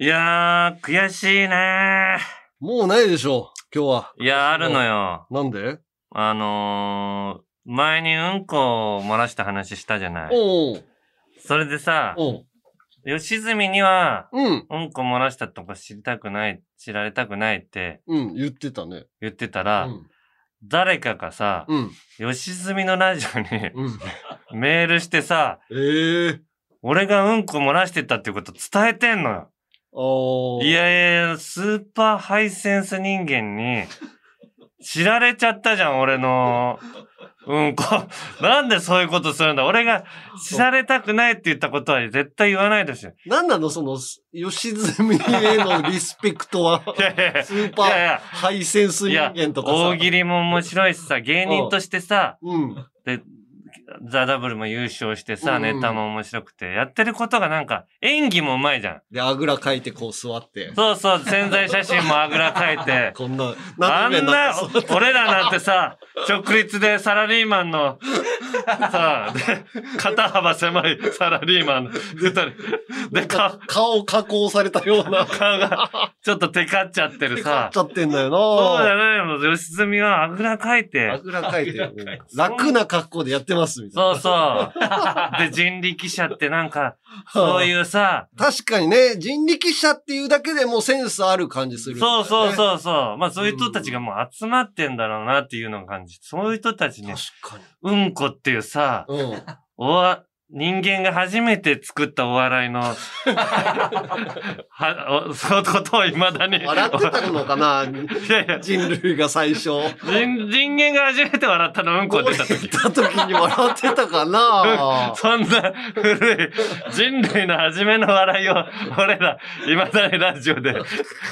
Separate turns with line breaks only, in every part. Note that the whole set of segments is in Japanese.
いやー、悔しいね
もうないでしょう、今日は。
ー。いやー、あるのよ。
なんで
あのー、前にうんこを漏らした話したじゃない。
おう
それでさ、
おう
吉住には、
うん、
うんこ漏らしたとか知りたくない、知られたくないって
うん、言ってたね。
言ってた
う
ら、
ん、
誰かがさ、
うん、
吉住のラジオに
うん。
メールしてさ、
ええ
俺がうんこ漏らしてたっていうこと伝えてんのよ。
ああ。
い。やいや、スーパーハイセンス人間に、知られちゃったじゃん、俺の。うんこ。なんでそういうことするんだ俺が知られたくないって言ったことは絶対言わないでしょ。
なんなのその、吉住へのリスペクトは。
いやいやいや
スー
い
パ
やい
ー
や、
ハイセンス人間とかさ。
大喜利も面白いしさ、芸人としてさ、
うん。
で、ザ・ダブルも優勝してさ、
うん
ネタも面白くて、やってることがなんか、演技もうまいじゃん。
で、あぐらかいてこう座って。
そうそう、潜在写真もあぐらかいて。
こんな、
あ
斜め
ん
にな
な
って、
俺らなんてさ、直立でサラリーマンの、さ、で肩幅狭いサラリーマンの二人。で、か
顔加工された ような。
顔がちょっとテカっちゃってる
勝
さ
っち。ゃってんだよ
そうじゃ
な
ないの、吉住はあぐらかい
あ
て。
ぐらかい てる。楽な格好でやってます、みたい
そうそう。で、人力車ってなんか、そういうさ、
な。確かにね、人力車っていうだけでもうセンスある感じする、
そうそう
う。
そうそう。まあそういう人たちがもう集まってんだろうなっていうのを感じて、そういう人たちに、
確
うんこっていうさ、
かに。うん。
おわ、人間が初めて作ったお笑 いの、は、おそのことを未だに。
笑ってたの かな
いやいや、
人類が最初。
人、人間が初めて笑ったのうんこ出た時。
た時に笑ってたかな
そんな古い人類の初めの笑いを、俺ら、未だにラジオで、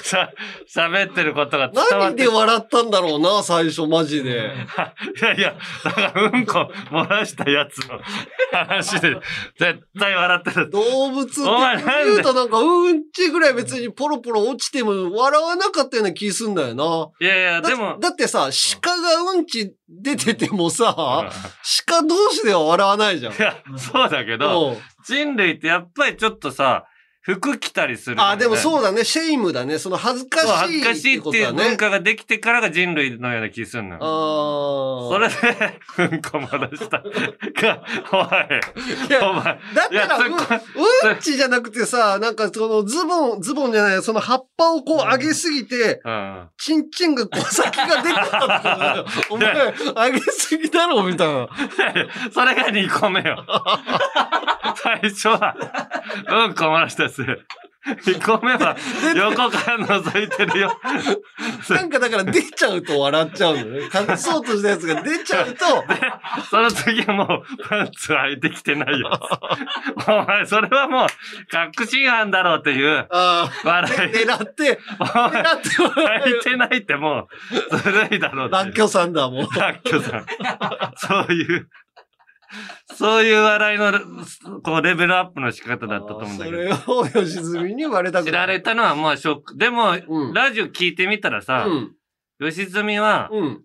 しゃ、喋ってることが伝わっ
何
て。
で笑ったんだろうな、最初、マジで。
いやいや、だからうんこ漏らしたやつの話で、絶対笑ってる。
動物って
お前なんで
言うとなんか、うんちぐらい別にポロポロ落ちても笑わなかったような気すんだよな。
いやいや、
だ
でも、
だってさ、鹿がうんち出ててもさ、鹿同士では笑わないじゃん。
いや、そうだけど、
うん
人類ってやっぱりちょっとさ、服着たりする、
あ、でも
う。
そうだね、シェイムだね。その恥ずか
そう
し
恥
い
ずかしい
っ
って
こ
て
と
いう
だね
文。化ができてからが人類のような気すんのよ。
ああ。
それで、うんこ漏ら した。か、お
い
前、
や
お前、
だから、
いや
うん、
そこ
うんちじゃなくてさ、なんかそのズボン、ズボンじゃない、その葉っぱをこう上げすぎて、
うん。
チンチンがこう先が出てたんだよ。お前、 上げすぎだろ、みたいな。
それが2個目よ。最初は、うんこ漏らしたやつ。2個目は、横から覗いてるよ。
なんかだから出ちゃうと笑っちゃうの ね。隠そうとしたやつが出ちゃうと、
その次はもう、パンツ履いてきてないやつ。お前、それはもう、確信犯だろうっていう、
ああ、
笑い。
狙って、
お
狙
前、
って笑
履いてないってもう、ずるいだろう
う。
って
ラ
い
ッ
う。
キョさんだ、もう。
ラッキョさん。そういう、そういう笑いの、こう、レベルアップの仕方だったと思うんだけ
そ
ど。
れを吉住に言われたく
知
な
ら
い
れたのはもうショック。でも、
うん
ラジオ聞いてみたらさ
う、ん。
吉住は、
うん。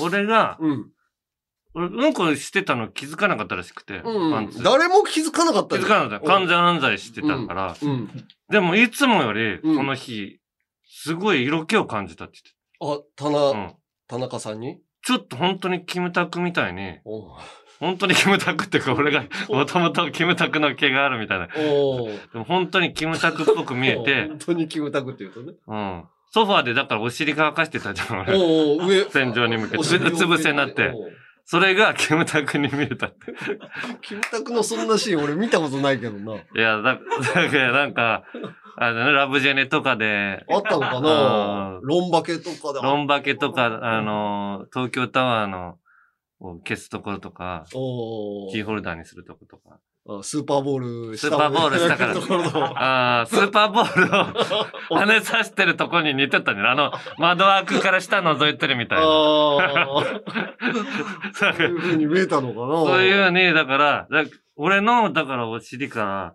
俺が、
うん。
俺、うんこしてたの気づかなかったらしくて、
う
パン
ん
ツ。。
誰も気づかなかった
気
よ
づかなかった。完全犯罪してたから。
うん。
でも、いつもより、
うん
この日、すごい色気を感じたって
あ、田
言って
中、
た。うん。
田中さんに
ちょっと本当にキムタクみたいに、
おう
本当にキムタクっていうか、俺がもともとキムタクの毛があるみたいな。
おう
でも本当にキムタクっぽ く見えて、
本当にキムタクって言うとね。
うん。ソファーでだからお尻乾かしてたじゃん、俺。
おうおう上。
天井に向けて、う
お尻を
つぶせになって。
おう
それがキムタクに見えたって。
キムタクのそんなシーン俺見たことないけどな。
いや、だ、だからなんか、あのね、ラブジェネとかで、
あったのか
う
なんロンバケとかで。
ロンバケとか、あの、東京タワーの、を消すところとか、
おう
キーホルダーにするとことか。
あスーパーボール
スーパーボールしたから
ところの
ああ、スーパーボールを跳ねさしてるとこに似てたね。あの、窓枠から下覗いてるみたいな。
ああ、
そう
そういう風に見えたのかな。
そういうように、だから、だ俺の、だからお尻から、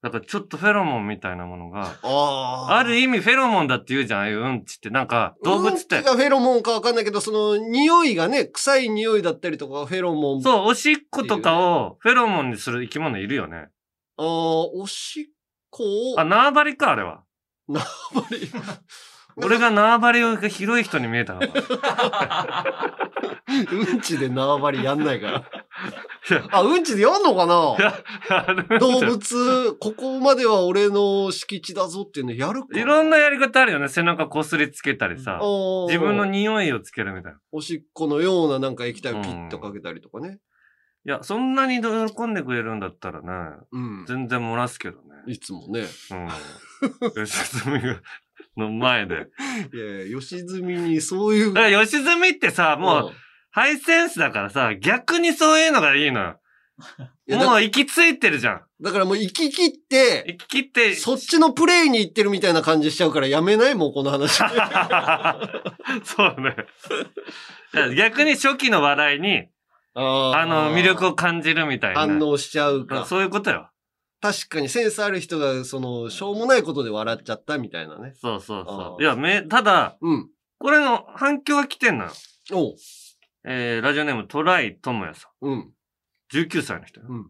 だからちょっとフェロモンみたいなものが、
ああ。
ある意味フェロモンだって言うじゃん、ああいううんちって。なんか、動物って
うんち。がフェロモンかわかんないけど、その匂いがね、臭い匂いだったりとか、フェロモン。
そう、おしっことかをフェロモンにする生き物いるよね。
ああ、おしっこう、
あ、縄張りか、あれは。
やっぱり
俺が縄張りが広い人に見えたのか。
うんちで縄張りやんないから
いや。
あ、うんちでやんのか
いや
な
あの
動物、ここまでは俺の敷地だぞっていうのやるか
いろんなやり方あるよね。背中こすりつけたりさ。自
自
分の匂いをつけるみたいな。
おしっこのようななんか液体をピッとかけたりとかね。
いや、そんなに喜んでくれるんだったらね、
うん。
全然漏らすけどね。
いつもね。
うん。吉住がの前で。
いやいや、吉住にそういう。
だから吉住ってさ、もう、
ん
ハイセンスだからさ、逆にそういうのがいいのよ。
いやだ
もう行き着いてるじゃん。
だからもう行き切って、
行き切って、
そっちのプレイに行ってるみたいな感じしちゃうからやめないもうこ の話。
そうね。だから逆に初期の話題に、あ
あ
の、魅力
を
を感じるみたいな。
反応しちゃうか。
そういうことよ。
確かにセンスある人が、その、しょうもないことで笑っちゃったみたいなね。
そうそうそ
あ
う。
ー
いや、め、ただ、
うん。
これの反響が来てんのよ。
おう。
えー、ラジオネームトライトモヤさ
うん。
ん。19歳の人よ。
うん。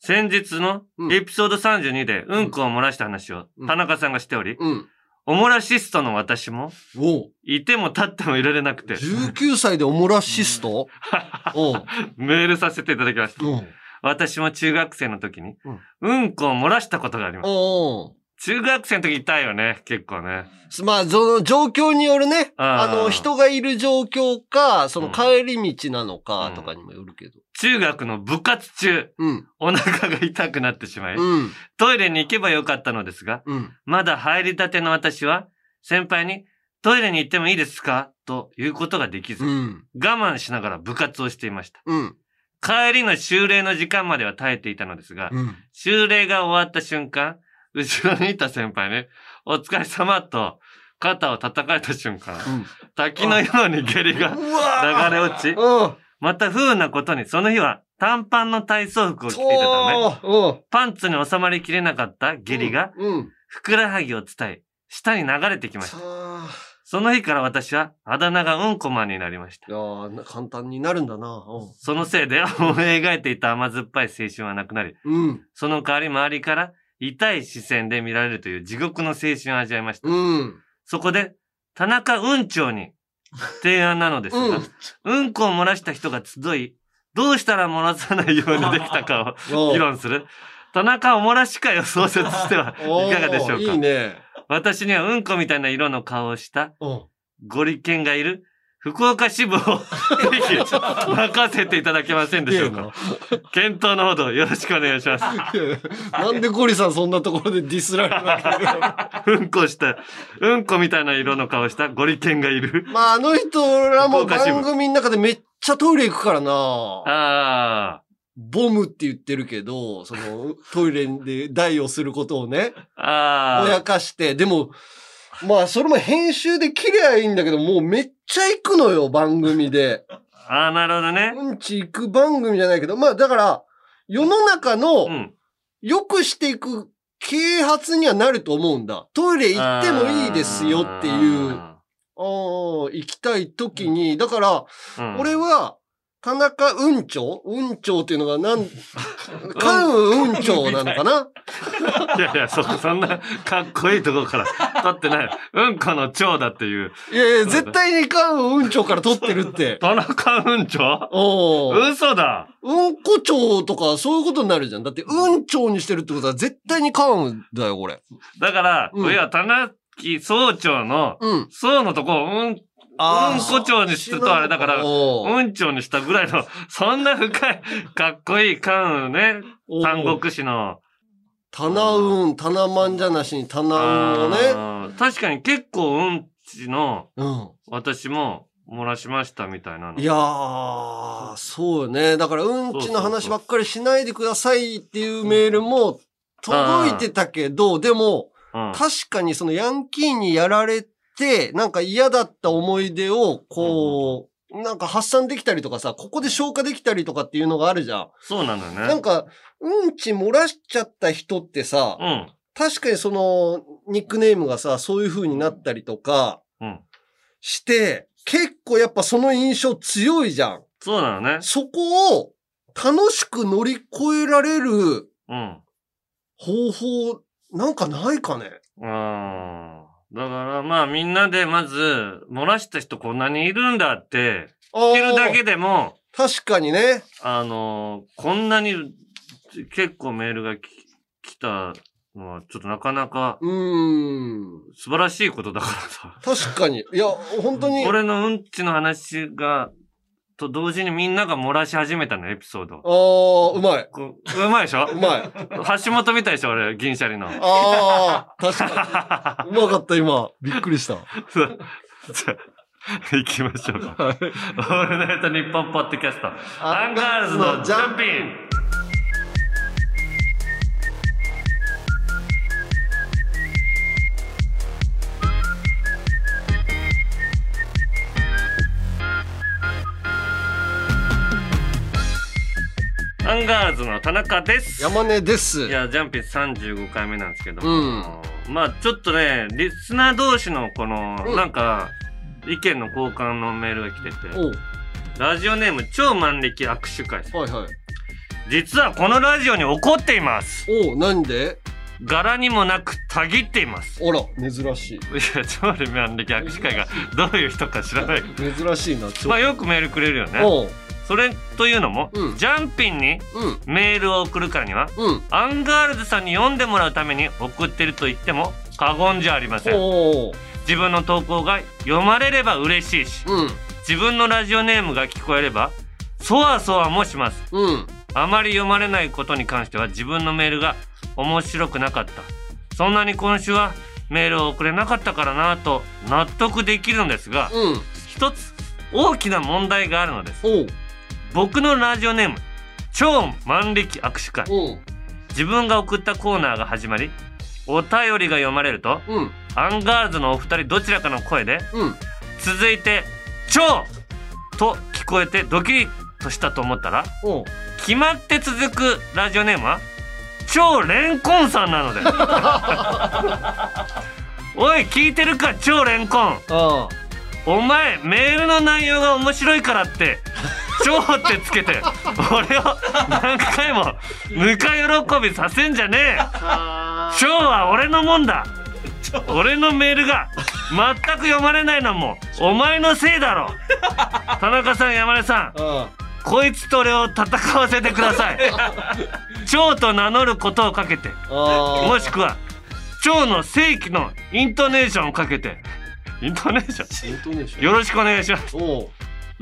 先日の
うん
エピソード32でうんこを漏らした話を
うん
田中さんがしており、
うん。
オモラシストの私も、
おう。
いても立ってもいられなくて、
19歳でオモラシストおう。
メールさせていただきました。
うん。
私も中学生の時に
うん、
うんこを漏らしたことがあります。
おう。
中学生の時痛いよね、結構ね。
まあ、その状況によるね。
あ
あ
ー
の、人がいる状況か、その
うん
帰り道なのかとかにもよるけど。
中学の部活中、
うん。
お腹が痛くなってしまい、
うん。
トイレに行けばよかったのですが、
うん。
まだ入りたての私は、先輩に、トイレに行ってもいいですかということができず、
う
我
ん。
慢しながら部活をしていました。
うん。
帰りの修例の時間までは耐えていたのですが、
うん。
修例が終わった瞬間、後ろにいた先輩ね、お疲れ様と肩を叩かれた瞬間、滝のように下痢が
うわ
流れ落ち
ー、うん。
また不運なことにその日は短パンの体操服を着ていたため、
おー
パンツに収まりきれなかった下痢が
うん。うん。
ふくらはぎを伝え、下に流れてきまし
さ
た。
あ。
その日から私はあだ名がうんこマンになりました
い。やーな簡単になるんだな。
そのせいで思い描いていた甘酸っぱい青春はなくなり、
うん。うん。
その代わり周りから痛い視線で見られるという地獄の青春を味わいました。
うん。
そこで、田中運長に提案なのですが、
う
うんん、こを漏らした人が集い、どうしたら漏らさないようにできた かを議論する、田中お漏らし会を創設しては
おー
いかがでしょうか。
いいね。
私にはうんこみたいな色の顔をした
うん。
ご利権がいる福岡支部を ぜひ任せていただけませんでしょうか。検討のほどよろしくお願いします。
いやいや なんでゴリさんそんなところでディスられなきゃいけないの
う んこした、うんこみたいな色の顔したゴリケンがいる。
まあ、あの人らも
福岡支部
番組の中でめっちゃトイレ行くからな。
あ
ボムって言ってるけど、その、トイレで代をすることをね、
あ、あ
ぼや
あ、
かして、でも、まあ、それも編集で切りゃいいんだけど、もうめっちゃ行くのよ、番 組で。
ああ、なるほどね。
うんち行く番組じゃないけど、まあ、だから、世の中の、
うん。
良くしていく啓発にはなると思うんだ。トイレ行ってもいいですよっていう、あ
あ
ー行きたい時に、だから、
ー。うん
俺、は、田中運長運長っていうの がなん、関運長なのかない
やいや、そ、そんな、かっこいいとこから、取ってない。うんこの蝶だっていう。
いやいや、絶対に関運長から取ってるって。
田中うん蝶
おー
嘘だ
うんこ長とかそういうことになるじゃん。だって、運長にしてるってことは絶対に関だよ、これ。
だから、
うん
いや、田中総長の、
うん。
総のとこをうん、
あー
うんこ長にするとあれだから
おー
うん蝶にしたぐらいの、そんな深い、かっこいい関羽ね、
おー
三国志の。
棚運、棚マンじゃなしに棚運をね。
あー確かに結構うんちの
う
私も漏らしましたみたいなの
ん。いやー、そうよね。だから、うんちの話ばっかりしないでくださいっていうメールも届いてたけど、でも、
うん
確かにそのヤンキーにやられて、なんか嫌だった思い出を、こう、なんか発散できたりとかさ、ここで消化できたりとかっていうのがあるじゃん。
そうなのよね。
なんか、うんち漏らしちゃった人ってさ、
うん。
確かにその、ニックネームがさ、そういう風になったりとか、
うん
して、結構やっぱその印象強いじゃん。
そうなのね。
そこを楽しく乗り越えられる
うん。
方法なんかないかね
うん。だからまあみんなでまず、漏らした人こんなにいるんだって、
あ
知ってるだけでも、
確かにね。
あのーこんなに結構メールがき来たのは、ちょっとなかなか
うーん。
素晴らしいことだからさ。
確 かに。いや、本当に。あ
俺のうんちの話が、と同時にみんなが漏らし始めたの、エピソード。
あ、うまい。
こうまいでしょ
うまい。
橋本みたいでしょ、俺、銀シャリの。
ああ、確かに。うまかった、今。びっくりした。
そうじゃあ行きましょうか。オールナイトニッポンポッドキャスト。アンガールズのジャンピン。アンガールズの田中です。
山根です。
いや、ジャンピン35回目なんですけども、
うん
まあちょっとね、リスナー同士のこの、
うん
なんか、意見の交換のメールが来てて、
おう
ラジオネーム超万力握手会さん。
はいはい。
実はこのラジオに怒っています。
おうなんで
柄にもなく、たぎっています。
あら、珍しい。
いや、超万力握手会 がどういう人か知らない。
珍しいな、ちょ
ま
っ
あよくメールくれるよね。
おう
それというのも、
うん
ジャンピンに
うん、
メールを送るからには、
うん。
アンガールズさんに読んでもらうために送ってると言っても過言じゃありません
おう
自分の投稿が読まれれば嬉しいし
うん、
自分のラジオネームが聞こえればそわそわもします
うん。
あまり読まれないことに関しては自分のメールが面白くなかったそんなに今週はメールを送れなかったからなと納得できるのですが
うん。
一つ大きな問題があるのです
おう
僕のラジオネーム超万力握手会
おう
自分が送ったコーナーが始まりお便りが読まれると
うん。
アンガールズのお二人どちらかの声で
うん。
続いて「超!」と聞こえてドキリとしたと思ったら
おう
決まって続くラジオネームは超レンコンさんなのでおい聞いてるか超レンコン
あ
お前メールの内容が面白いからって「超」ってつけて俺を何回もぬか喜びさせんじゃねえ
あ。
今日は俺のもんだ俺のメールが全く読まれないのもお前のせいだろ田中さん山根さん
あ
こいつと俺を戦わせてください蝶と名乗ることをかけて
あ。ああ。
もしくは蝶の正規のイントネーションをかけてイントネーショ
イントネーシ
ンよろしくお願いします
おう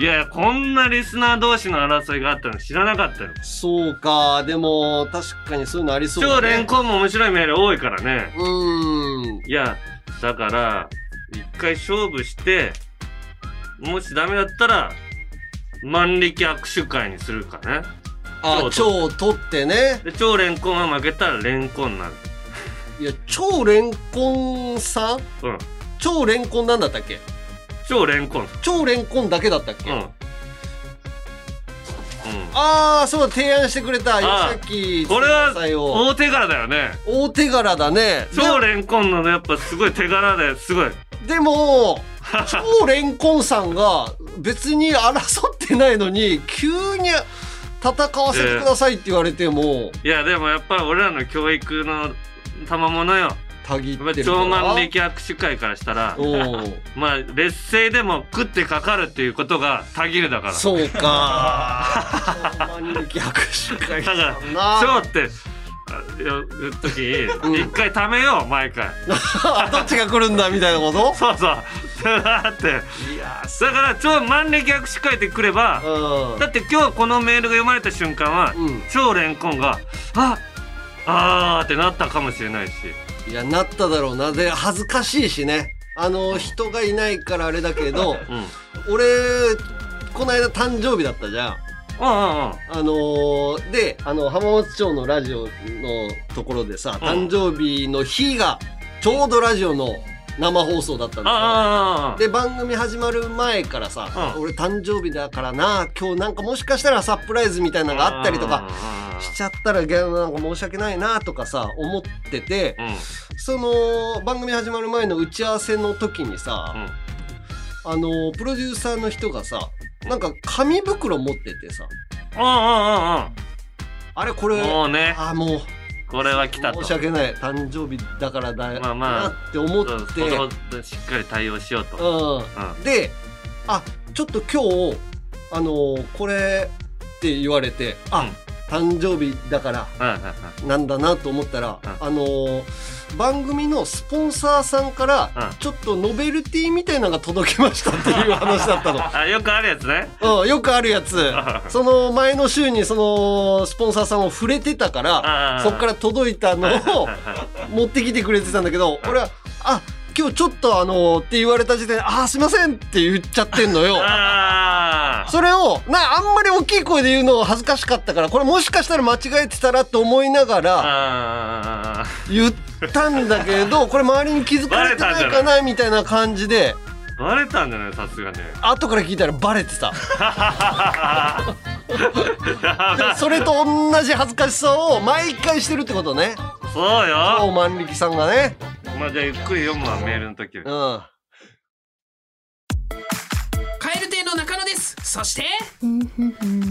いやいやこんなリスナー同士の争いがあったの知らなかったよ
そうか。でも、確かにそういうのありそう
蝶
だ
レ
ね。
ンコンも面白いメール多いからね
うーん。
いや、だから、一回勝負して、もしダメだったら、万力握手会にするかね。
あ、
蝶
蝶取ってね。
で、超レンコンは負けたらレンコンになる。
いや、超レンコンさん
うん。
超レンコンなんだったっけ
超レンコン。
超レンコンだけだったっけ、
うん。う
あ
ん。
あー、そうだ、提案してくれた。
あー
よさき、
これは
さんを
大手柄だよね。
大手柄だね。
超レンコンのやっぱすごい手柄ですごい。
ででも、超レンコンさんが別に争ってないのに、急に戦わせてくださいって言われても、
いや、でもやっぱ俺らの教育の賜物よ。
たぎっ
やっぱ
てるから。
超万力握手会からしたら、
おう
まあ、劣勢でも食ってかかるっていうことがたぎるだから。
そうか。超万力握手会さんな。
そうってあいや言う時
うん
に一回ためよう毎回
どっちが来るんだみたいなこと
そうそうだって
いや
だから超万力握手会ってくればだって今日このメールが読まれた瞬間は
うん、うん、
超レンコンが「ああー」ってなったかもしれないし
いやなっただろうなで恥ずかしいしねあの人がいないからあれだけど
うんうん
俺この間誕生日だったじゃん
うんうん
あのーであの浜松町のラジオのところでさ
うん
誕生日の日がちょうどラジオの生放送だったんだよ
あーあーあー
で番組始まる前からさ、
うん
俺誕生日だからな今日なんかもしかしたらサプライズみたいなのがあったりとかしちゃったらギャなんか申し訳ないなとかさ思ってて
うんうん
その番組始まる前の打ち合わせの時にさ、あのプロデューサーの人がさなんか紙袋持っててさ
うんうんうんうん
あれこれ
もうね
あーもう
これは来たと
申し訳ない誕生日だからだ
まあまあ
なって思っ
そう
て、
ほどほどしっかり対応しようと、うん
うん、であちょっと今日あのーこれって言われてあ、誕生日だから
うんうん
なんだなと思ったら、
うん
あのー番組のスポンサーさんから、
うん
ちょっとノベルティみたいなのが届きましたっていう話だったの。
あよくあるやつね
うん、よくあるやつその前の週にそのスポンサーさんを触れてたからそっからら届いたのを持ってきてくれてたんだけど
うん
俺は「あ今日ちょっとあのー」って言われた時点で「あーすいません」って言っちゃってんのよ。
ああ
それをなあんまり大きい声で言うの恥ずかしかったからこれもしかしたら間違えてたらと思いながら
あー
言ったんだけどこれ周りに気づかれてない
バレた
か
ん
なみたいな感じで
バレたんじゃないさすがに
後から聞いたらバレてた。で
やばい
それと同じ恥ずかしさを毎回してるってことね。
そう
お
よ
万力さんがね。
まあじゃあゆっくり読むわメールの時
うん。
カエル亭の中野ですそして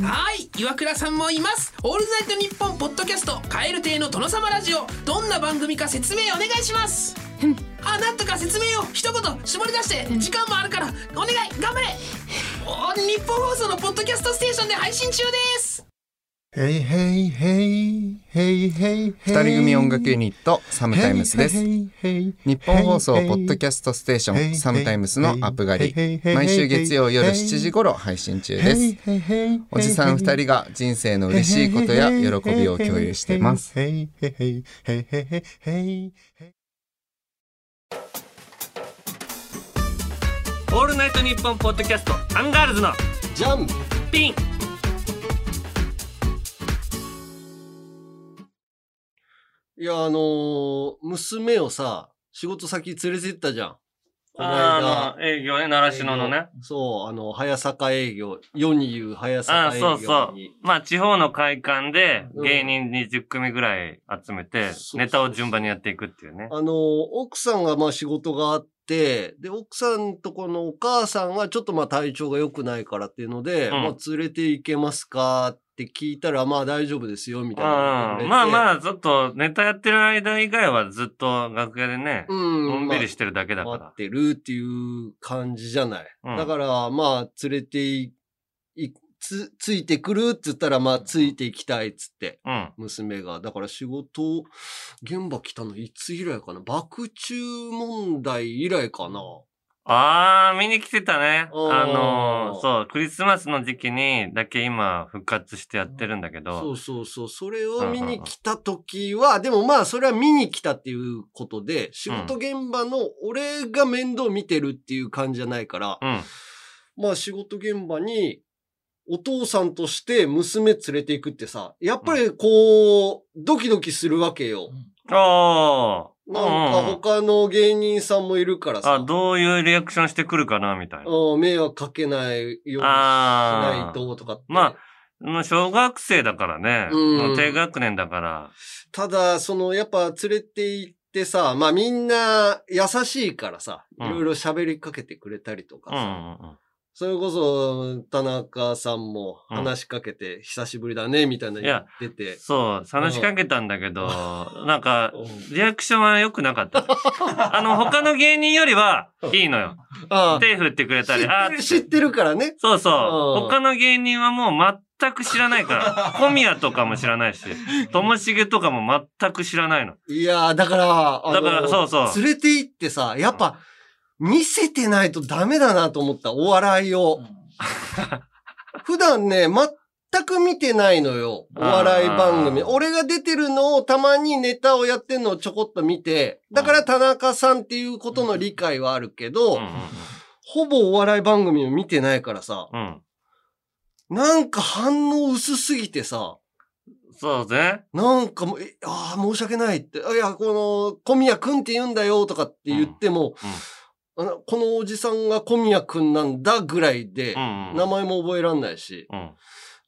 は
はい岩倉さんもいますオールナイトニッポンポッドキャストカエル亭の殿様ラジオどんな番組か説明お願いします
ん
あなんとか説明を一言絞り出して時間もあるからお願い頑張れお日本放送のポッドキャストステーションで配信中です
ヘイヘイヘイヘイヘイ
二人組音楽ユ
ニッ
ニットサムタイムスです。
日
日本放送ポッドキャストステーションサムタイムスのアップ狩り毎週月曜夜7時頃配信中です。
す
おじさん二人
が
が人生の嬉しいことや喜びを共有しています。
ヘイヘイヘイヘイヘイヘイヘイ
オールナイトニッポンポッドキャストアンガールズの
じゃん。
ピン
いや、あのー娘をさ、仕事先連れてったじゃん。この
あ
間
の営業ね習志野のね
そう、あの、早坂営業、世に言う早
あ
坂営業
そう
に。
そうまあ地方の会館で
うん
芸人20組ぐらい集めて
そう
ネタを順番にやっていくっていうね
あのー奥さんがまあ仕事があって、で、奥さんとこのお母さんはちょっとまあ体調が良くないからっていうので、
ん
まあ連れて行けますかって聞いたら、まあ大丈夫ですよ、みたいな。
うんまあ
あ。
まあ、ちょっとネタやってる間以外はずっと楽屋でね、
うん。
のんびり
て
してるだけだか
待
ら
っ。てるっていう感じじゃない。
うん
だから、まあ、連れてい、いつ、ついてくるっつったら、まあ、ついていきたいっつって、
うん。
娘が。だから仕事、現場来たのいつ以来かな爆中問題以来かな
あー、見に来てたね。あ
おー
のーそう、クリスマスの時期にだけ今復活してやってるんだけ
そ
ど、
うそうそう。それを見に来た時は、でもまあ、それは見に来たっていうことで、仕事現場の俺が面倒見てるっていう感じじゃないから、
うん。
まあ仕事現場にお父さんとして娘連れていくってさ、やっぱりこう、ドキドキするわけよ。
おー。
なんか
うんうん
他の芸人さんもいるから
あ、
さ、
どういうリアクションしてくるかな、みたいな。
うん迷惑かけないようにしな
あ
い
ー。
ととかって。
まあもう小学生だからね。
うん
もう低学年だから。
ただ、そのやっぱ連れて行ってさ、まあみんな優しいからさ、い
うん
ろいろ喋りかけてくれたりと
う
か
んう
さ、
んうん。
それこそ田中さんも話しかけて久しぶりだねみたいなの言ってて。
そう、話しかけたんだけど、なんか、リアクションは良くなかった。あの、他の芸人よりは、いいのよ。
ああ
手振ってくれたり、あー
知ってるからね。
そうそう
う。ん
他の芸人はもう全く知らない から。小宮とかも知らないし、ともしげとかも全く知らないの。
いやー、だから、あの
だから、そうそう。
連れて行ってさ、やっぱ、見せてないとダメだなと思った、お笑いを。普段ね、全く見てないのよ、お笑い番組。
あー
俺が出てるのをたまにネタをやってんのをちょこっと見て、だから田中さんっていうことの理解はあるけど、
うんうん
ほぼお笑い番組を見てないからさ、
うん。うん
なんか反応薄すぎてさ、
そうですね。
なんかもう、えああ、申し訳ないって。あいや、この、小宮くんって言うんだよとかって言っても、あのこのおじさんが小宮くんなんだぐらいで
う、んうん。
名前も覚えらんないし。
うん。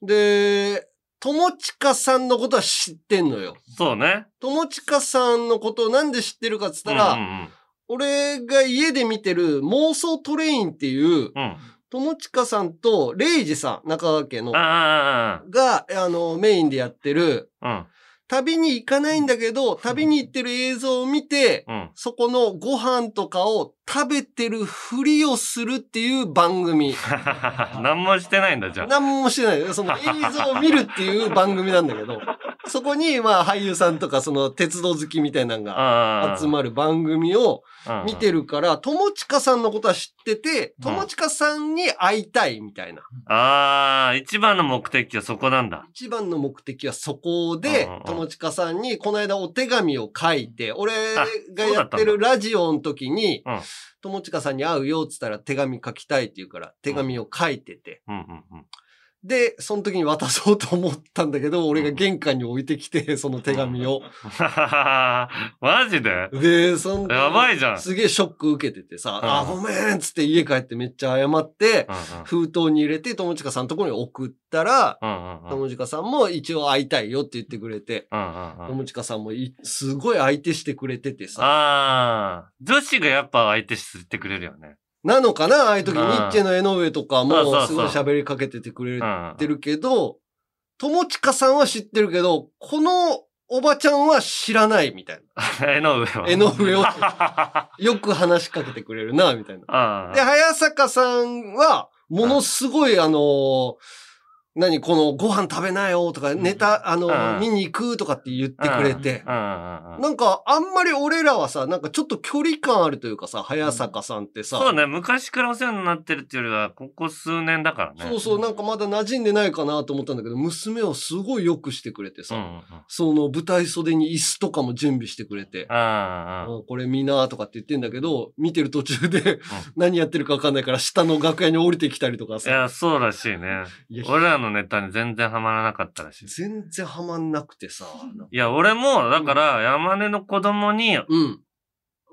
で、友近さんのことは知ってんのよ。
そうね。
友近さんのことをなんで知ってるかっつったら、
うんうん
俺が家で見てる妄想トレインっていう、
うん。うん
友近さんとレイジさん、中川家の、
あ
が、あの、メインでやってる、
あああ、
旅に行かないんだけど、旅に行ってる映像を見て、
うん。
そこのご飯とかを食べてるふりをするっていう 番組。
何もしてないんだ、じゃあ。
何もしてないよ。その映像を見るっていう番組なんだけ ど、そこにまあ俳優さんとかその鉄道好きみたいなのが
あ
集まる番組を
ま
見てるから、友近さんのことは知ってて、友近さんに会いたいみたいな。
ああ、一番の目的はそこなんだ。
一番の目的はそこで
うんうんうん、
友近さんにこの間お手紙を書いて、俺が
そうだ
や
っ
った
んだ
てるラジオの時に
うん、
友近さんに会うよって言ったら手紙書きたいって言うから、手紙を書いてて。
うんうんうん。
で、その時に渡そうと思ったんだけど、俺が玄関に置いてきて、 その手 紙を。
マジで
で、その時
やばいじゃん。
すげえショック受けててさ、
うん
あ、ごめんっつって家帰ってめっちゃ謝って、
うん
封筒に入れて友近さんのところに送ったら、
うんうんうんうん
友近さんも一応会いたいよって言ってくれて、
うんうん
友近さんもいすごい相手してくれててさ、
ああ、女子がやっぱ相手してくれるよね。
なのかなああいう時、
うん
ニッチェの江上とか
そうそうそ
も
う
すごい喋りかけててくれ
うん
てるけど、友近さんは知ってるけど、このおばちゃんは知らないみたい
江の上は。
な。江 の上を
あ
よく話しかけてくれるな、みたいな。
あ
で、早坂さんは、ものすごい、あのー何、この、ご飯食べなよとか、ネタ、あのー
うん
見に行くとかって言ってくれて、
うんうんうんうん
なんか、あんまり俺らはさ、なんかちょっと距離感あるというかさ、早坂さんってさ、
そうね、昔からお世話になってるっていうよりは、ここ数年だからね。
そうそう、なんかまだ馴染んでないかなと思ったんだけど、娘をすごい良くしてくれてさ、
うんうんうん。
その舞台袖に椅子とかも準備してくれて、
あ
うんこれ見なとかって言ってんだけど、見てる途中で 何やってるかわかんないから下の楽屋に降りてきたりとか
あ。い
さ。
や、そうらしい ね。
いや
俺らのネタに全然ハマらなかったらしい。
全然ハマんなくてさ。
いや、俺も、だから、山根の子供に、
うん。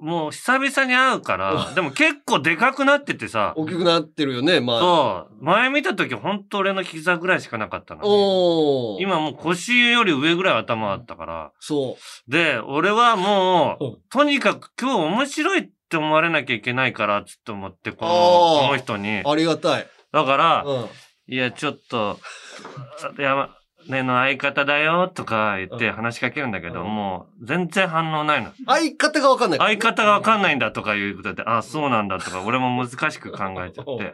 もう久々に会うから、でも結構でかくなってて さ、
大きくなってるよね、まあ。
そう、前見た時ほんと俺の膝ぐらいしかなかったのに、
おー。
今もう腰より上ぐらい頭あったから、
そ
で、俺はも
うん
う、とにかく今日面白いって思われなきゃいけないから、ちょっと思って、この、
あー
この人に。
う。ありがたい。
だから、
うん。
いや、ちょっと、山根の相方だよ、とか言って
うん
話しかけるんだけど、
うん
もう全然反応ないの。
相方がわかんないからね。
相方がわかんないんだとかいうことで、あ、そうなんだと か、俺も難しく考えちゃって。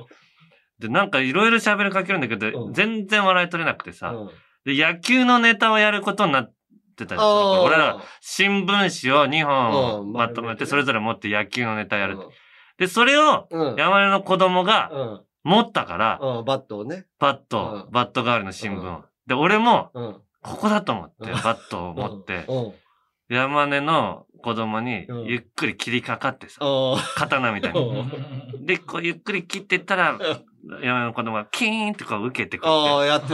で、なんかいろいろ喋りかけるんだけ
う
ど、
ん
全然笑い取れなくてさ、
うん
で、野球のネタをやることになってたじゃんその頃俺ら、新聞紙を2
う
本
ん
まとめて、それぞれ持って野球のネタやる。
う
で、それを、
ん。うん。
山根の子供が
うん
持ったから、
うんバットをね。
バット
う、ん
バット代わりの新聞
う
を
ん。
で、俺も、
うん。
ここだと思って、
うん
バットを持って、
うん。うん
山根の子供に
うん
ゆっくり切りかかってさ、
あ
刀みたい
ーう
に。
ん
で、こうゆっくり切ってったら、山根の子供がキーンとこう受けてく
あ
れ
ー、やって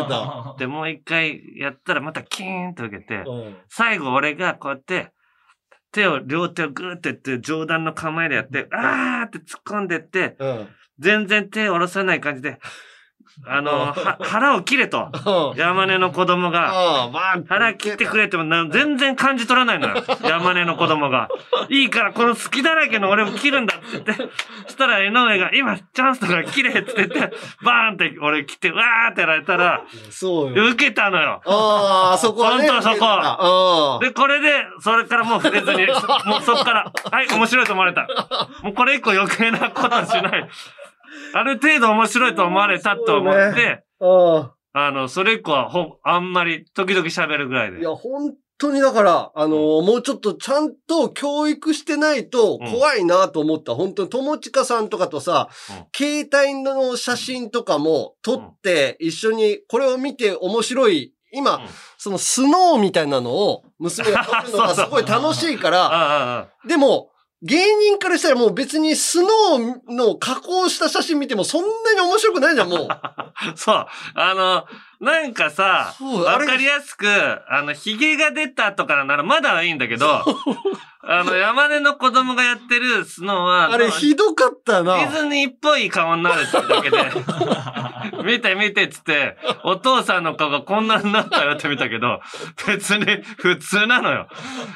た。
て、で、もう一回やったらまたキーンと受けて、
うん
最後俺がこうやって、手を、両手をグーってやって、上段の構えでやって、あーって突っ込んでって、
うん。うん
全然手を下ろさない感じで、あの、は腹を切れと、山根の子供が、
あー、バーン
腹切ってくれってもな全然感じ取らないのよ。山根の子供が。いいから、この隙だらけの俺も切るんだって言って。そしたら江上が、今、チャンスだから切れって言って、バーンって俺来て、わーってやられたら、
そうよ。
受けたのよ。
ああ、そこはね。
ほんとそこ
あ
で、これで、それからもう触れず に、もうそっから、はい、面白いと思われた。もうこれ以降余計なことし ない。ある程度面白いと思われたと思
そう
っ
ね
て、
あ。
あの、それ以降はほ、あんまり、時々喋るぐらいで
い。や、本当にだから、あのーもうちょっとちゃんと教育してないと
うん
怖いなと思った。本当に友近さんとかとさ、
うん
携帯の写真とかも撮って、一緒にこれを見て面白い。今、
うん
そのスノーみたいなのを娘が撮るの
そ
が
うそう
すごい楽しい か
ああ
ら、
ああ、
でも、芸人からしたらもう別にスノーの加工した写真見てもそんなに面白くないじゃん、も う。
そう。あの、なんかさ、
そう
わ
あれ
かりやすく、あの、髭が出た後からならまだいいんだけど、あの、山根の子供がやってるスノーは、
あれ
デ
ひどかったな。
ィズニーっぽい顔になるってだ けで、見て見てっつって、お父さんの顔がこんなになったよって見たけど、別に普通なのよ。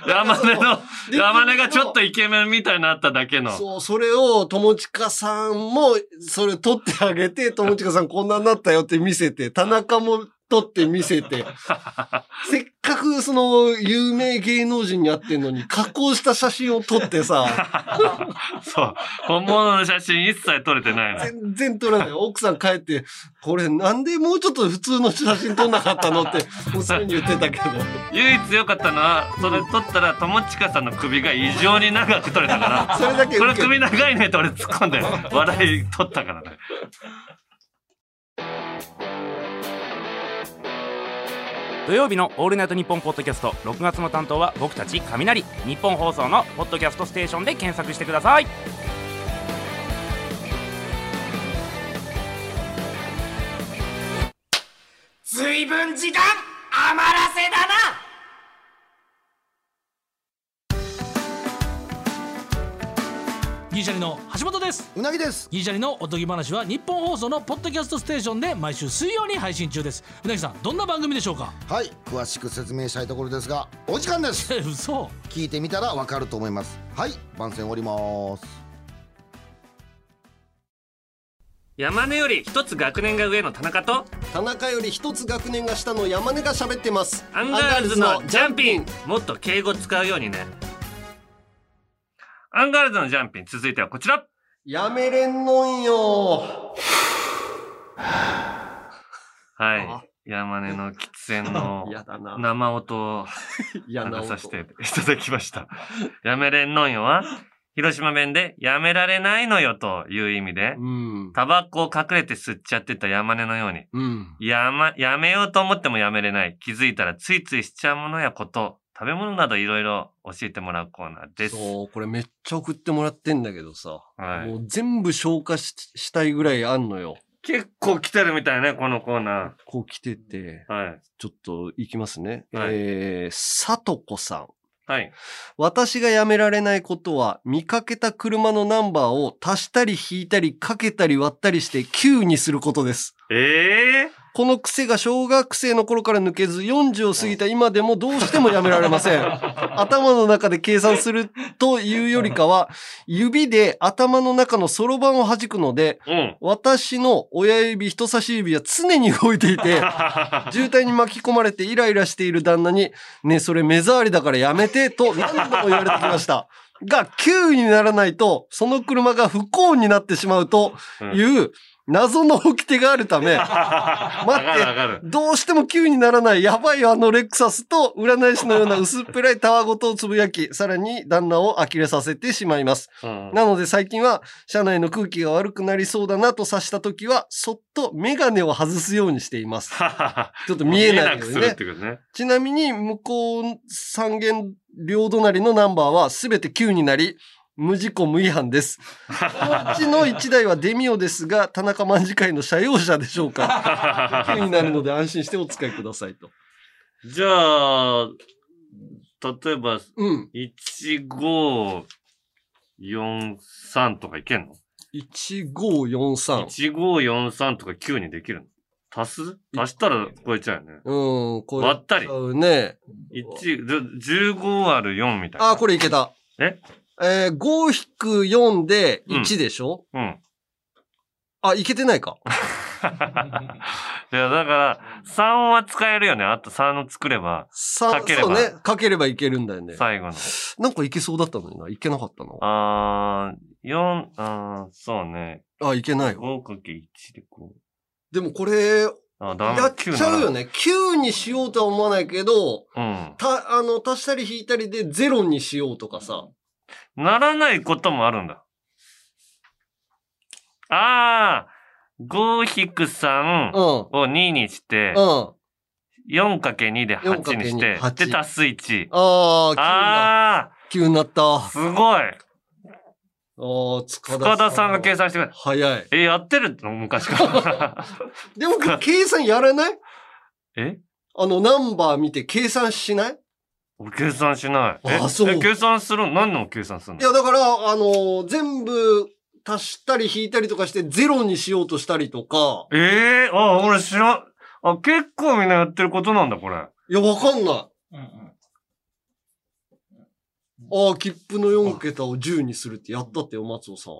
山根の、
そう
山根がちょっとイケメンみたいになっただけの。
そう、それを友近 さんも、それ取ってあげて、友近さんこんなになったよって見せて、田中も撮って見せ て。せっかくその有名芸能人に会ってんのに加工した写真を撮っ てさ、
そう。本物の写真一切撮れてないの。
全然撮らない。奥さん帰って、これなんでもうちょっと普通の写真撮んなかったのって娘に言って たけど。
唯一良かったのは、それ撮ったら友近さんの首が異常に長く撮れたから。
それだけ
こ
受
れ
けて
首長いねって俺突っ込んで笑い取ったからね。
土曜日の「オールナイトニッポン」ポッドキャスト6月の担当は僕たち雷日本放送の「ポッドキャストステーション」で検索してください
ずいぶん時間余らせだな
ギリシャリの橋本です
うなぎです
ギリシャリのおとぎ話は日本放送のポッドキャストステーションで毎週水曜に配信中ですうなぎさんどんな番組でしょうか
はい詳しく説明したいところですがお時間です
え 嘘
聞いてみたらわかると思いますはい番宣終わります
山根より一つ学年が上の田中と、
田中より一つ学年が下の山根が喋ってます。
アンガールズのジャンピン。もっと敬語使うようにね。アンガールズのジャンピン、続いてはこちら。
やめれんのんよ。
は
あ
い。山根の喫煙 の
嫌だな。
生音を
嫌な
流さ
音
せ。ていただきました。やめれんのんよは、広島弁でやめられないのよという意味で
う、ん。
タバコを隠れて吸っちゃってた山根のように、
うん。
やま、やめようと思ってもやめれない。気づいたらついついしちゃうものやこと、食べ物などいろいろ教えてもらうコーナーです。
そう、これめっちゃ送ってもらってんだけどさ。
はい
もう全部消化ししたいぐらいあんのよ。
結構来てるみたいね、このコーナ
こう来てて、
ー。はい。
ちょっと行きますね。
はい
えー、さとこさん。
はい。
私がやめられないことは、見かけた車のナンバーを足したり引いたりかけたり割ったりして9にすることです。
ええ
この癖が小学生の頃から抜けず、40を過ぎた今でもどうしてもやめられません。頭の中で計算するというよりかは、指で頭の中のそろばんを弾くので、
うん。
私の親指、人差し指は常に動いてい て、渋滞に巻き込まれてイライラしている旦那に、ねえ、それ目障りだからやめて、と何度も言われてき ました。が、9にならないと、その車が不幸になってしまうという謎の掟があるた め、
わかるわかる。
どうしても9にならない、やばいよ、あのレクサスと、占い師のような薄っぺらいたわごとをつぶやき、さらに旦那を呆れさせてしまいます。
うん
なので最近は、車内の空気が悪くなりそうだなと察した時は、そっとメガネを外すようにしています。ちょっと見えない
見えなく
ように
するっ
ね。
てことね。
ちなみに、向こう三軒両隣のナンバーはすべて9になり、無事故無違反です。こっちの1台はデミオですが、田中卍会の社用車でしょうか。9にな るので安心してお使いくださいと。
じゃあ、例えば、
うん。
1543とかいけんの
1543。
?1543 とか9にできるの足す足したら超えちゃうよね。
うん、これ。
割ったり
ね。
1、15割る4みたいな。
あ、これいけた。
え
えー、5引く4で
うん
1でしょ、
うん。
あ、いけてないか。
いや、だから、3は使えるよね。あと3を作れば、
さ
かければ
そうね。かければいけるんだよね。
最後の。
なんかいけそうだったのにな。いけなかったの。
あー、4、あーそうね。
あ、いけないわ。
5かけ1でこう。
でもこれ、や
あ、ダメ。
っちゃうよ
ね。
ね。9にしようとは思わないけど、
うん。
た、あの、足したり引いたりで0にしようとかさ。
ならないこともあるんだ。あー、5引く
う
3
ん。うん。
を2にして、
あ
4×2 で8にして、
4×2
で、足す1。
あ
あ
ー、9になった。あ
ー、すごい。
ー、塚田
深田さんが計算
算。
してくれた。
早い。
え、やってるの昔 から。
でも、計算やらない
え
あの、ナンバー見て計算しない
俺計算しない。え
あそう
え計算するの何の計算するの
いや、だから、あのー全部足したり引いたりとかして、ゼロにしようとしたりとか。
ええあ、俺知らん。あ、結構みんなやってることなんだ、これ。
いや、わかんない。ああー、切符の4桁を10にするってやったってよ、松尾さん。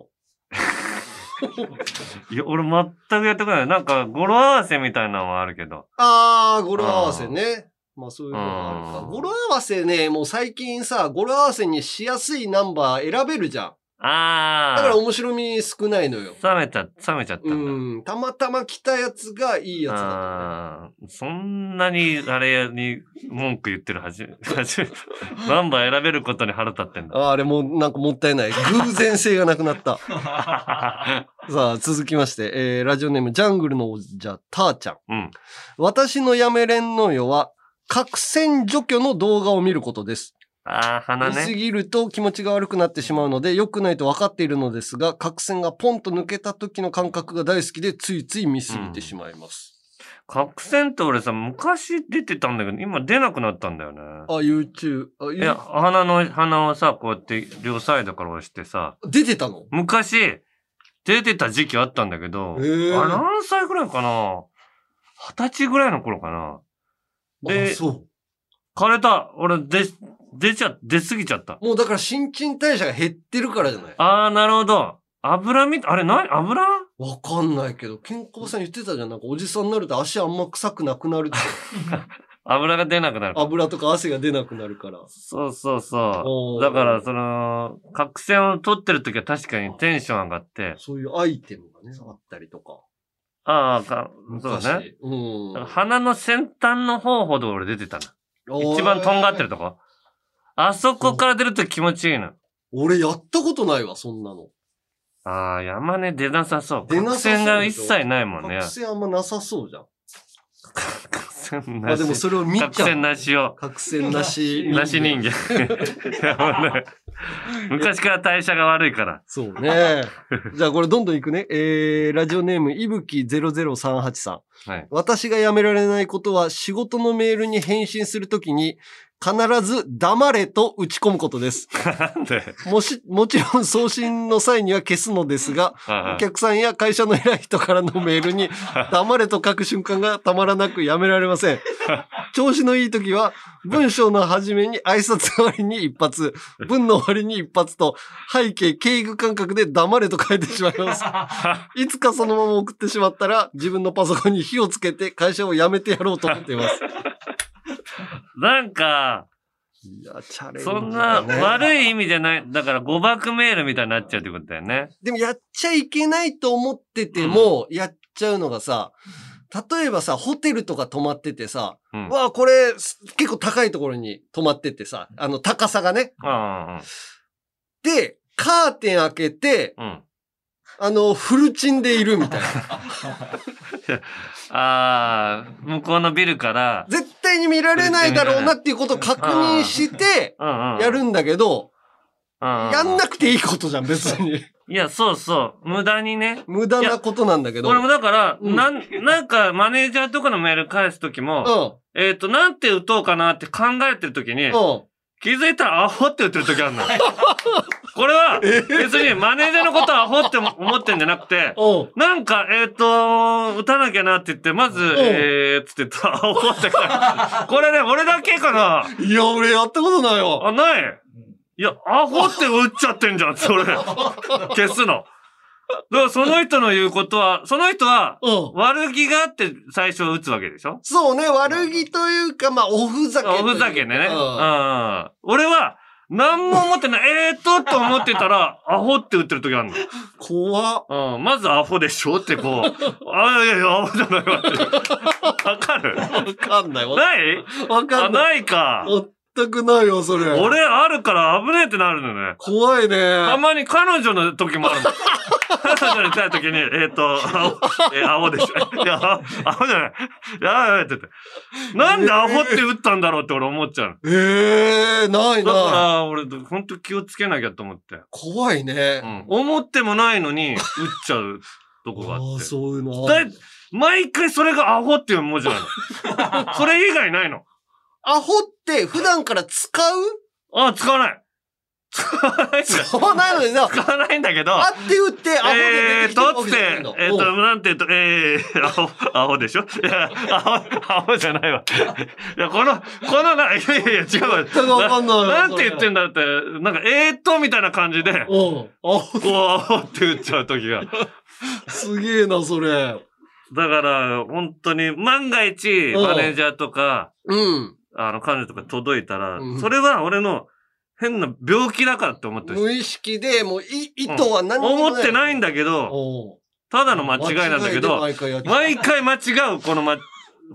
いや、俺全くやってこない。なんか、語呂合わせみたいなのはあるけど。
あー、語呂合わせね。まあそういうのが
う
あるか。
ん
語呂合わせね、もう最近さ、語呂合わせにしやすいナンバー選べるじゃん。
あ
だから
ー。
面白み少ないのよ。
冷めちゃ、冷めちゃった
うん
だ。
ん。たまたま来たやつがいいやつだ
あーそんなに、あれに、文句言ってるはじ、はじ、ナンバー選べることに腹立ってん
と。
だ。
あーあれもうなんかもったいない。偶然性がなく なった。さあ、続きまして、えー、ラジオネーム、ジャングルの王者、ターちゃん。
うん。
私のやめれんのよは、核戦除去の動画を見ることです。
あー、鼻
見す
ね。
ぎると気持ちが悪くなってしまうので、良くないと分かっているのですが、核戦がポンと抜けた時の感覚が大好きで、ついつい見すぎてしまいます。
角線って俺さ、昔出てたんだけど、今出なくなったんだよね。
あ、YouTube。あ、
いや、
ゆ
鼻の、鼻をさ、こうやって両サイドから押してさ、
出てたの
昔、出てた時期あったんだけど、
へー
あれ何歳ぐらいかな二十歳ぐらいの頃かな
あ、
で
そ
枯れた俺、出、出ちゃ、出すぎちゃった。
う。もうだから新陳代謝が減ってるからじゃない
あー、なるほど。油み、あれ、な、油
わかんないけど、健康さん言ってたじゃん。なんかおじさんになると足あんま臭くなくなるって。
油が出なくなる。
油とか汗が出なくなるから。
そうそうそ
お
う。
ー
だから、その、角栓を取ってる時は確かにテンション上がって、
そういうアイテムがね、あったりとか。
あー、か、そうだね。
昔。うん
だから鼻の先端の方ほど俺出てたな。一番とんがってる。とこ。あそこから出ると気持ちいいの。
俺やったことないわ、そんなの。
ああ、山根出なさそう。
出な
角
さそうでし
栓
ょ
が一切ないもんね
覚。醒あんまなさそうじゃん。
角栓
あ、
な
でも
し。
それを見ちゃう。
角栓な。しよ。
覚醒なし。
なし人間。 山根昔から代謝が悪いから。
そうね。じゃあこれどんどんいくね。えー、ラジオネーム、いぶき0038さん。
はい
私が辞められないことは仕事のメールに返信するときに、必ず黙れと打ち込むことです。
なんで
もし、もちろん送信の際には消すのですが、お客さんや会社の偉い人からのメールに、黙れと書く瞬間がたまらなくやめられ ません。調子のいい時は、文章の始めに挨拶終わりに一発、文の終わりに一発と、背景、敬具感覚で黙れと書いてしまいます。いつかそのまま送ってしまったら、自分のパソコンに火をつけて会社を辞めてやろうと思って います。
なんか、
いや、チャレンジ
そ
だね、
んな悪い意味じゃない。だから誤爆メールみたいになっちゃうってことだよね。
でもやっちゃいけないと思ってても、やっちゃうのがさ、例えばさ、ホテルとか泊まっててさ、
うん
わあ、これ、す結構高いところに泊まっててさ、あの、高さがね。
うん
で、カーテン開けて、
うん。うん。
あの、フルチンでいるみたいな。
ああ、向こうのビルから、
絶対に見られないだろうなっていうことを確認して、
うんうん。
やるんだけど、
うんうん。
やんなくていいことじゃん、別に。
いや、そうそう。無駄にね。
無駄なことなんだけど。
俺もだから、
うん
なん、なんかマネージャーとかのメール返すときも、
う
えっ、と、なんて打とうかなって考えてるときに、
ん。うん。
気づいたらアホって打ってるときあるのよ。 これは、別にマネージャーのことはアホって思ってんじゃなくて、
うん。
なんか、えっ、と、打たなきゃなって言って、まず、えー、つってた、アホってか これね、俺だけかない
や、俺やったことないわ。
あ、ない。いや、アホって打っちゃってんじゃん、 それ。消すの。だからその人の言うことは、その人は、
うん。
悪気があって最初は打つわけでしょ
そうね、悪気というか、まあ、おふざけというか。
おふざけでね。うん。
うん
俺は、何も思ってない。えーっと、と思ってたら、アホって打ってる時ある
怖っ。
の。うん。まずアホでしょってこう。あ、いやいや、アホじゃないわって。わかるな
わか んない。わ
い
わか
あ、
んな
な
い。
いか。
全くないわ、それ。
俺あるから危ねえってなるのね。
怖いね。
たまに彼女の時もあるの。彼女に来た時に、えっ、と、青、えー青でしょ。いや、青青じゃない。いやばいやばいって言って。なんでアホって打ったんだろうって俺思っちゃう
ええー、ない
の。だか
な。
ら、俺、ほんと気をつけなきゃと思って。
怖いね
う。ん。思ってもないの に、打っちゃうとこがあ
あ
っ
あ、
て。
そういうのあ
だい
る。
毎回それがアホっていう文字な の。それ以外ないの。
アホって普段から使う
あ、使わない。
そうなのにさ、
使わないんだけど、
あって打って、アホ
え
で出
ー
てきてる
と、
わ
つ
け
っ
じ
て
ゃないの、
えーと、なんて言うと、えー、青、青でしょいや、青、青じゃないわ。いや、この、このな、いやいやいや、違うわ。
全くわかんないわ
ななんて言ってんだって、なんか、えーっと、みたいな感じで、こ
おうおう。
う、青って打っちゃう時が。
すげえな、それ。
だから、本当に、万が一、
うん
マネージャーとか、
うん。
あの、彼女とか届いたら
う、ん
それは俺の変な病気だからって思ってる。
無意識で、もう、い、意図は何にも
思ってないんだけど、
おう
ただの間違いなんだけど、
間違いで毎回やってる
毎回間違うこのま、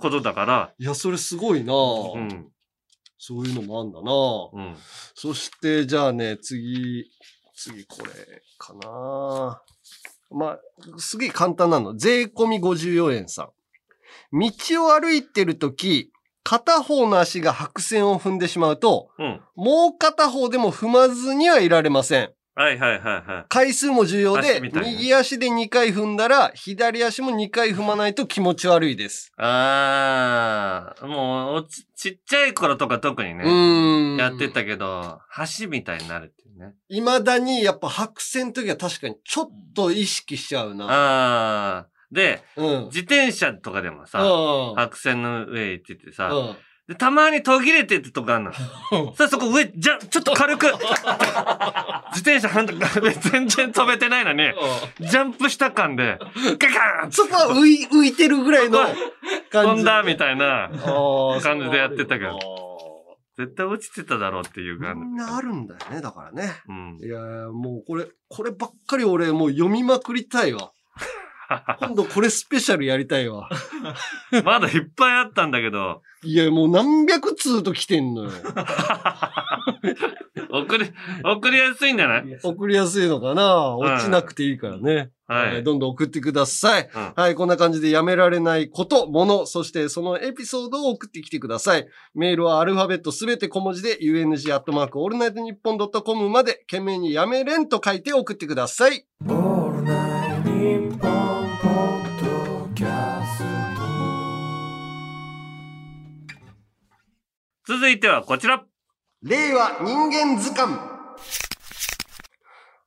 ことだから、
いや、それすごいな、
うん、
そういうのもあんだな
うん。
そして、じゃあね、次、次これかな。まあ、すげえ簡単なの。税込み54円さん。道を歩いてるとき、片方の足が白線を踏んでしまうと、
うん。
もう片方でも踏まずにはいられません。
はいはいはいは
回数も重要で
足みたい、な
右足で2回踏んだら、左足も2回踏まないと気持ち悪いです。
い。あー、もうおち、ちっちゃい頃とか特に
う
ね、
ーん。
やってたけど、橋みたいになるっていうね。
未だにやっぱ白線の時は確かにちょっと意識しちゃうな。
あー。で、
うん。
自転車とかでもさ、
あ
白線の上行っててさ、
うん。
で、たまに途切れてるとかあんの。さあそこ上、じゃ、ちょっと 軽く。自転車ハンドル、全然飛べてないのに、ジャンプした感で、ガガーン
そこは浮い浮いてるぐらいの感じ。
飛んだみ
い
たいな、
な
感じでやってたけど。絶対落ちてただろうっていう
み
感
ん
じ。
なあるんだよね、だからね。
うん
い。やーもうこれ、こればっかり俺もう読みまくりた いわ。今度これスペシャルやりたいわ。
まだいっぱいあったんだけど、
いや、もう何百通と来てんのよ。
送り、送りやすいんじゃない
送りやすいのかな落ちなくていいからね。
はい
どんどん送ってください。
うん
はい、こんな感じでやめられないこと、もの、そしてそのエピソードを送ってきてください。メールはアルファベットすべて小文字で、u n g アットマークオールナイトニッポンドットコムまで、懸命にやめれんと書いて送ってください。
続いてはこちら。
令和人間図鑑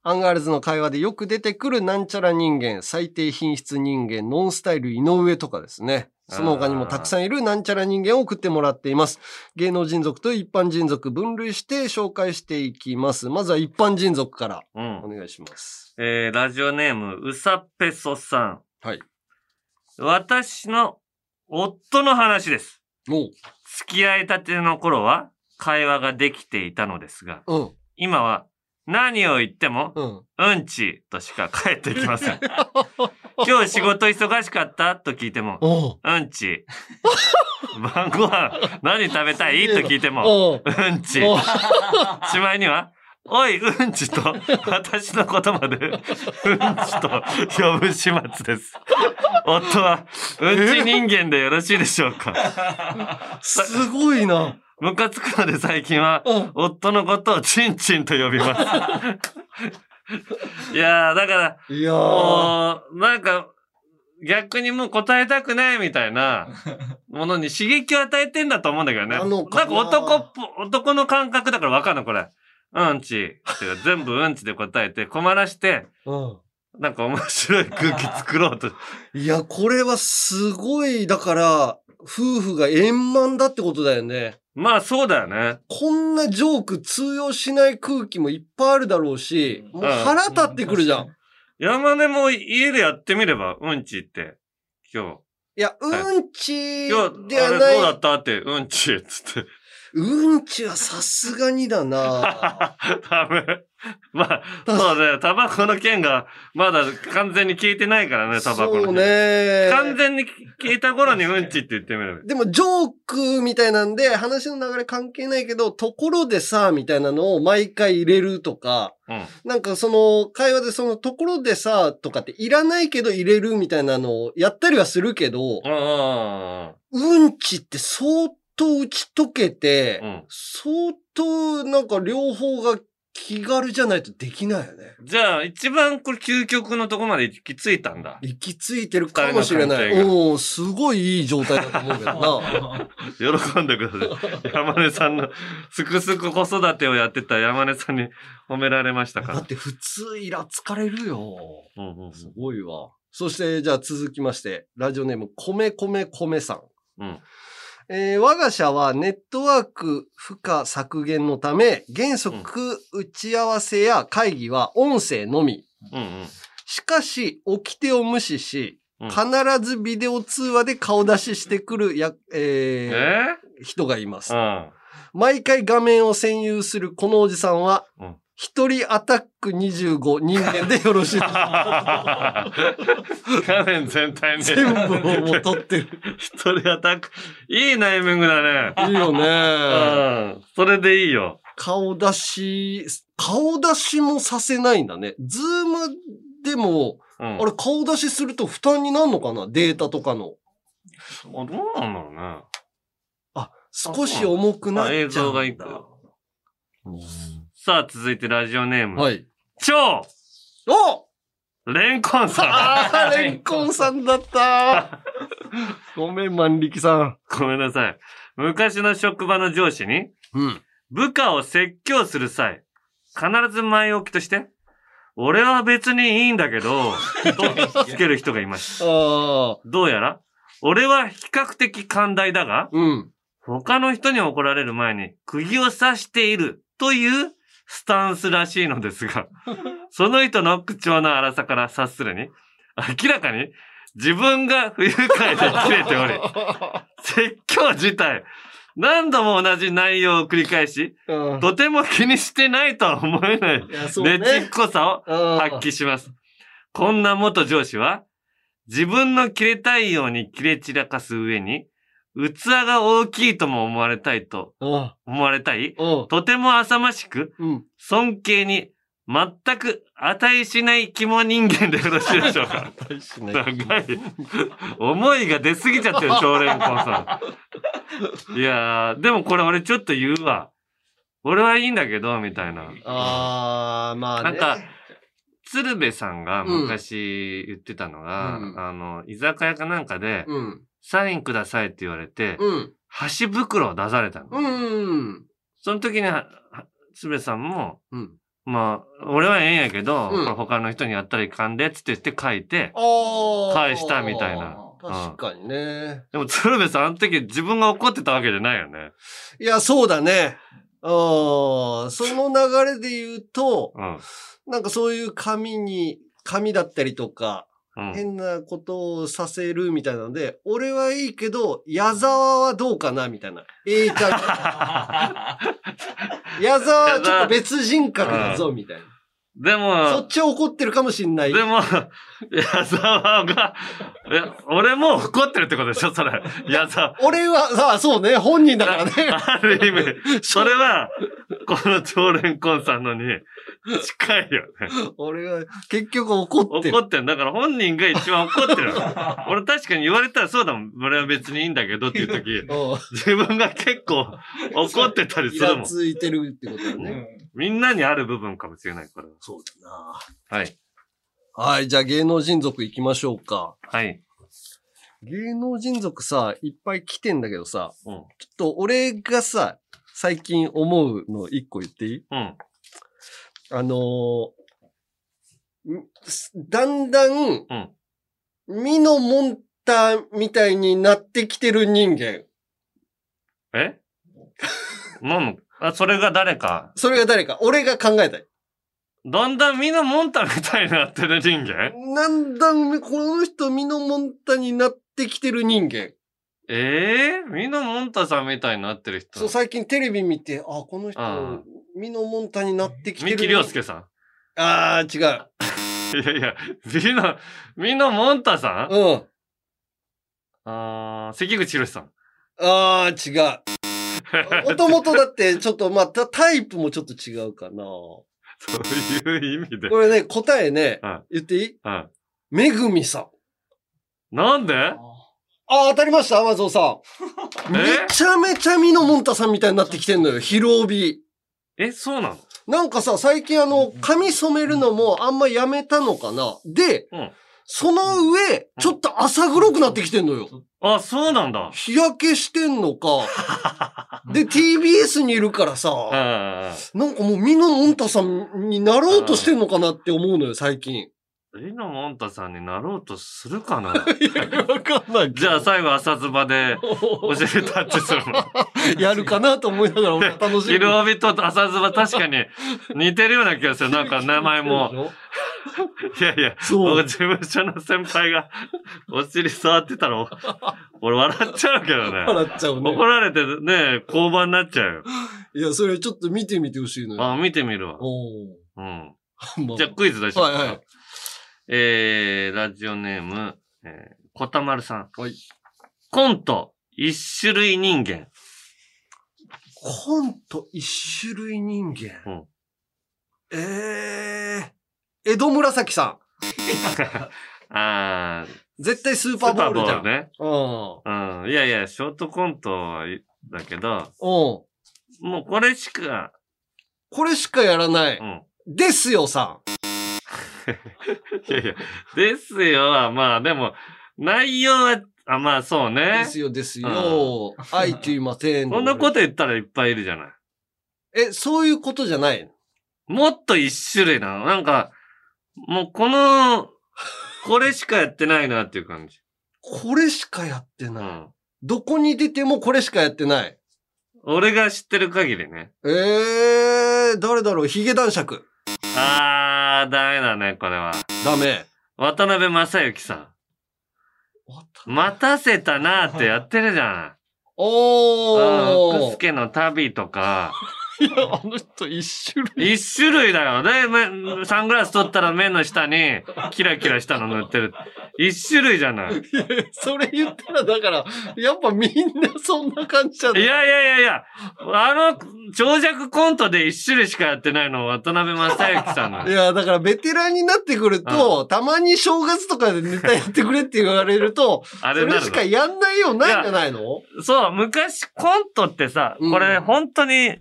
アンガールズの会話でよく出てくるなんちゃら人間、最低品質人間、ノンスタイル井上とかですね。その他にもたくさんいるなんちゃら人間を送ってもらっています。芸能人族と一般人族分類して紹介していきます。まずは一般人族から
う
お
ん。
願いします。
えー、ラジオネーム、うさぺそさん。
はい。
私の夫の話です。
おう。
付き合いたての頃は会話ができていたのですが、
うん。
今は何を言っても、
うん。
うんちとしか返ってきません。 今日仕事忙しかったと聞いても、
おう。
うんち。晩ご飯何食べたいと聞いても、
おう。
うんち。
おう
しまいには、おい、うんちと、私のことまで、うんちと呼ぶ始末です。夫は、うんち人間でよろしいでしょうか。
すごいな。
ムカつくので最近は、
うん。
夫のことをちんちんと呼びます。いやー、だから、
いやー。
もう、なんか、逆にもう答えたくないみたいなものに刺激を与えてんだと思うんだけどね。
な
なん
の
か
かな
男っぽ、男の感覚だからわかんない、これ。うんち。っていうか全部うんちで答えて困らして、
うん。
なんか面白い空気作ろう と。
いや、これはすごい、だから、夫婦が円満だってことだよね。
まあそうだよね。
こんなジョーク通用しない空気もいっぱいあるだろうし、もう腹立ってくるじゃん。い
山根も家でやってみれば、うんちって。今
や、
は
うんち
日。今日、
では
あれどうだ
ない。
ったって、うんちっつって。
うんちはさすがに だな
ダメ。まあ、そうだよ。タバコの件が、まだ完全に効いてないからね、タバコの
そう
件。
ね。
完全に効いた頃にうんちって言ってみれば。
でも、ジョークみたいなんで、話の流れ関係ないけど、ところでさ、みたいなのを毎回入れるとか、
うん。
なんかその会話でそのところでさとかっていらないけど入れるみたいなのをやったりはするけど、
あ
うんちって相当打ち解けて、
うん
相当なんか両方が気軽じゃないとできないよね。
じゃあ、一番これ究極のとこまで行き着いたんだ。
行き着いてるかもしれな
二人の関
い。
係が
おおすごいいい状態だと思うけどな。
喜んでくださ い。山根さんの、すくすく子育てをやってた山根さんに褒められま したか
だ
ら
っ。て普通イラつかれるよ。
うんうん
すごいわ。そして、じゃあ続きまして、ラジオネーム、米米米さん。
うん
えー我が社はネットワーク負荷削減のため、原則打ち合わせや会議は音声のみ。
うんうん
しかし、掟を無視し、
うん
必ずビデオ通話で顔出ししてくるや、えー
え
人がいます。
ー
毎回画面を占有するこのおじさんは
うん、
一、人アタック25人間でよ ろ しいでしょうか。
うん。画面全体ね。
全部をもう取ってる。
一人アタック。いいナイミングだね。
いいよ
う
ね。
ん。それでいいよ。
顔出し、顔出しもさせないんだね。ズームでも、
うん。
あれ顔出しすると負担になるのかなデータとかの。
あどうなんだろうね。
あ、少し重くなっちゃう
あ映
んだ。
像がいくさあ、続いてラジオネーム。
はい。
超
お
レンコンさ
あ
ん。
ー、レンコンさんだったごめん、万力さ
ごめんなさい。昔の職場の上司に、
ん。うん。
部下を説教する際、必ず前置きとして、俺は別にいいんだけど、とつける人がいました。
ああ、
どうやら、俺は比較的寛大だが、
うん。
他の人に怒られる前に釘を刺しているというスタンスらしいのです が、その人の口調の荒さから察するに、明らかに自分が不愉快で切れて おり、説教自体、何度も同じ内容を繰り返し、
うん
とても気にしてないとは思えない、
いや、そう
レ
ね。
チっこさを
発
発揮します。こんな元上司は、自分の切れたいように切れ散らかす上に、器が大きいとも思われたいと、
うん。
思われたい、
うん。
とても浅ましく、
うん。
尊敬に、全く値しない肝人間でよろしいでしょうか長い。思いが出すぎちゃってる、少年校さん。いやー、でもこれ俺ちょっと言うわ。俺はいいんだけど、みたいな。
ああ、まあ
な
ね。
んか、鶴瓶さんが昔言ってたのが、
うん
あの、居酒屋かなんかで、
うん。
サインくださいって言われて、
うん。
箸袋を出されたの。
うん。
その時に、はは鶴瓶さんも、
うん。
まあ、俺はええんやけど、
うん
これ他の人にやったらいかんで、つって言って書いて、
ああ。
返したみたいな。
確かにね。
でも鶴瓶さん、あの時自分が怒ってたわけじゃないよね。
いや、そうだね。ああ、その流れで言うと、
うん。
なんかそういう紙に、紙だったりとか、
うん。
変なことをさせるみたいなので、俺はいいけど、矢沢はどうかなみたいな。ええ ちゃん。矢沢はちょっと別人格だぞ、みたいな。
で
そ
も
っ、ちは怒ってるかもしんない。
でも、矢沢が、いや俺も怒ってるってことでしょそれ。矢沢。
俺は、さあ、そうね、本人だからね。
ある意味、それは、この常連コンさんのに近いよね。
俺は、結局怒って
怒
る。
ってんだから本人が一番怒 ってる。俺確かに言われたらそうだもん。俺は別にいいんだけどっていう時、
うん
自分が結構怒ってたりす
イ
る
ラ
もん。
ついてるってことだね。
みんなにある部分かもしれない、これは。
そうだな。
はい。
はい、じゃあ芸能人族行きましょうか。
はい。
芸能人族さ、いっぱい来てんだけどさ、
うん。
ちょっと俺がさ、最近思うの一個言っていい
うん。
あのーんすだんだん、
うん
ミノモンタみたいになってきてる人間。
えマム、あ、それが誰か。
それが誰か、俺が考えたい。
だんだんみんなモンタみたいになってる人間
だんだん、この人ミノモンタになってきてる人間。
ええみんなモンタさんみたいになってる人。
そう、最近テレビ見て、あ、この
あ
人、ミノモンタになってきて
三
る。
木亮介さん。
あー、違う。
いやいや、みんな、みんなモンタさん、
うん。
あー関口博さん。
あー、 違う。もともとだって、ちょっと、まあ、たタイプもちょっと違うかな。こ
そういう意味で。
れね、答えね
うん、
言っていい
うん。
めぐみさん。
なんで
あー、当たりました、アマゾンさ ん。めちゃめちゃミノモンタさんみたいになってきてんのよ、広帯。
え、そうなの
なんかさ、最近あの、髪染めるのもあんまやめたのかな。で、
うん
その上、ちょっと浅黒くなってきてんのよ。
あ、そうなんだ。
日焼けして んのか。で、TBS にいるから
うんう
さ、
んうん。
なんかもうミノモンタさんになろうとしてんのかなって思うのよ、最近。
リノモンタさんになろうとするか な
わかんない
じゃあ最後朝ズバで教えたってするの。
やるかなと思いながら俺は楽しみに。
色帯と朝ズバ確かに似てるような気がする。なんか名前 も。いやいや、
そう
僕事務所の先輩がお尻触ってたら、お俺笑っちゃうけどね。
笑っちゃうね
怒。られてね、交番になっちゃうよ。
いや、それちょっと見てみてほしいのよ。
あ、見てみるわ。
おー
うん。
まあ
じゃあクイズ出します
はいはい
えー、ラジオネーム、えー、こたまるさん。
はい
コント、一種類人間。
コント一種類人間。
うん
えー、江戸紫さ
あー、
ん。絶対スー
ス
パ
ー
ーボ
パー
ー
ボ
ルじゃ
ール
ん。
ね。
う
うん。いやいや、ショートコントはいだけど、
ん。うん。
もうこれしか、
これしかやらない。
うん。
ですよさ。
いやいや、ですよは、まあでも、内容は、あ、まあそうんね
で。すよですよ。愛と言いません。
そんなこと言ったらいっぱいいるじゃない。
え、そういうことじゃない
もっと一種類なの。なんか、もうこの、これしかやってないなっていう感じ。
これしかやって
う
ない。
ん。
どこに出てもこれしかやってない。
俺が知ってる限りね。
えー、誰だろうヒゲ男爵。
あー、ダメだね、これは。
ダメ。
渡辺正行さん。待たせたなーってやってるじゃん。あー、
お
福
ー。
助の旅とか。
いや、あの人一種類。
一種類だよね。めサングラス取ったら目の下にキラキラしたの塗ってる。一種類じゃない。い
それ言ったら、だから、やっぱみんなそんな感じじゃない。
やいやいやいや、あの、長尺コントで一種類しかやってないのは渡辺正行さんなの
い。や、だからベテランになってくると、たまに正月とかでネタやってくれって言われると、
あ
そ
れな
れ
る
し
の
かやんないようにないんじゃないの
そう、昔コントってさ、これ
うん
本当に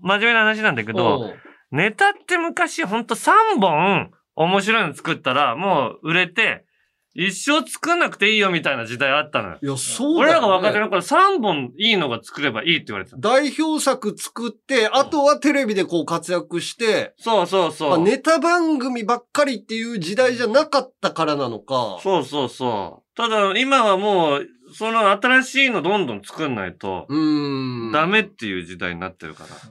真面目な話なんだけど、
うん
ネタって昔ほんと3本面白いの作ったらもう売れて、一生作んなくていいよみたいな時代あったのよ。
いや、そう
俺
だ
らが若手
よ、ね。
の頃3本いいのが作ればいいって言われてた。
代表作作って、あとはテレビでこう活躍して、
そうそうそ
まあ
う。
ネタ番組ばっかりっていう時代じゃなかったからなのか。
そうそうそう。ただ今はもう、その新しいのどんどん作んないと、
うーん。
ダメっていう時代になってるから。
確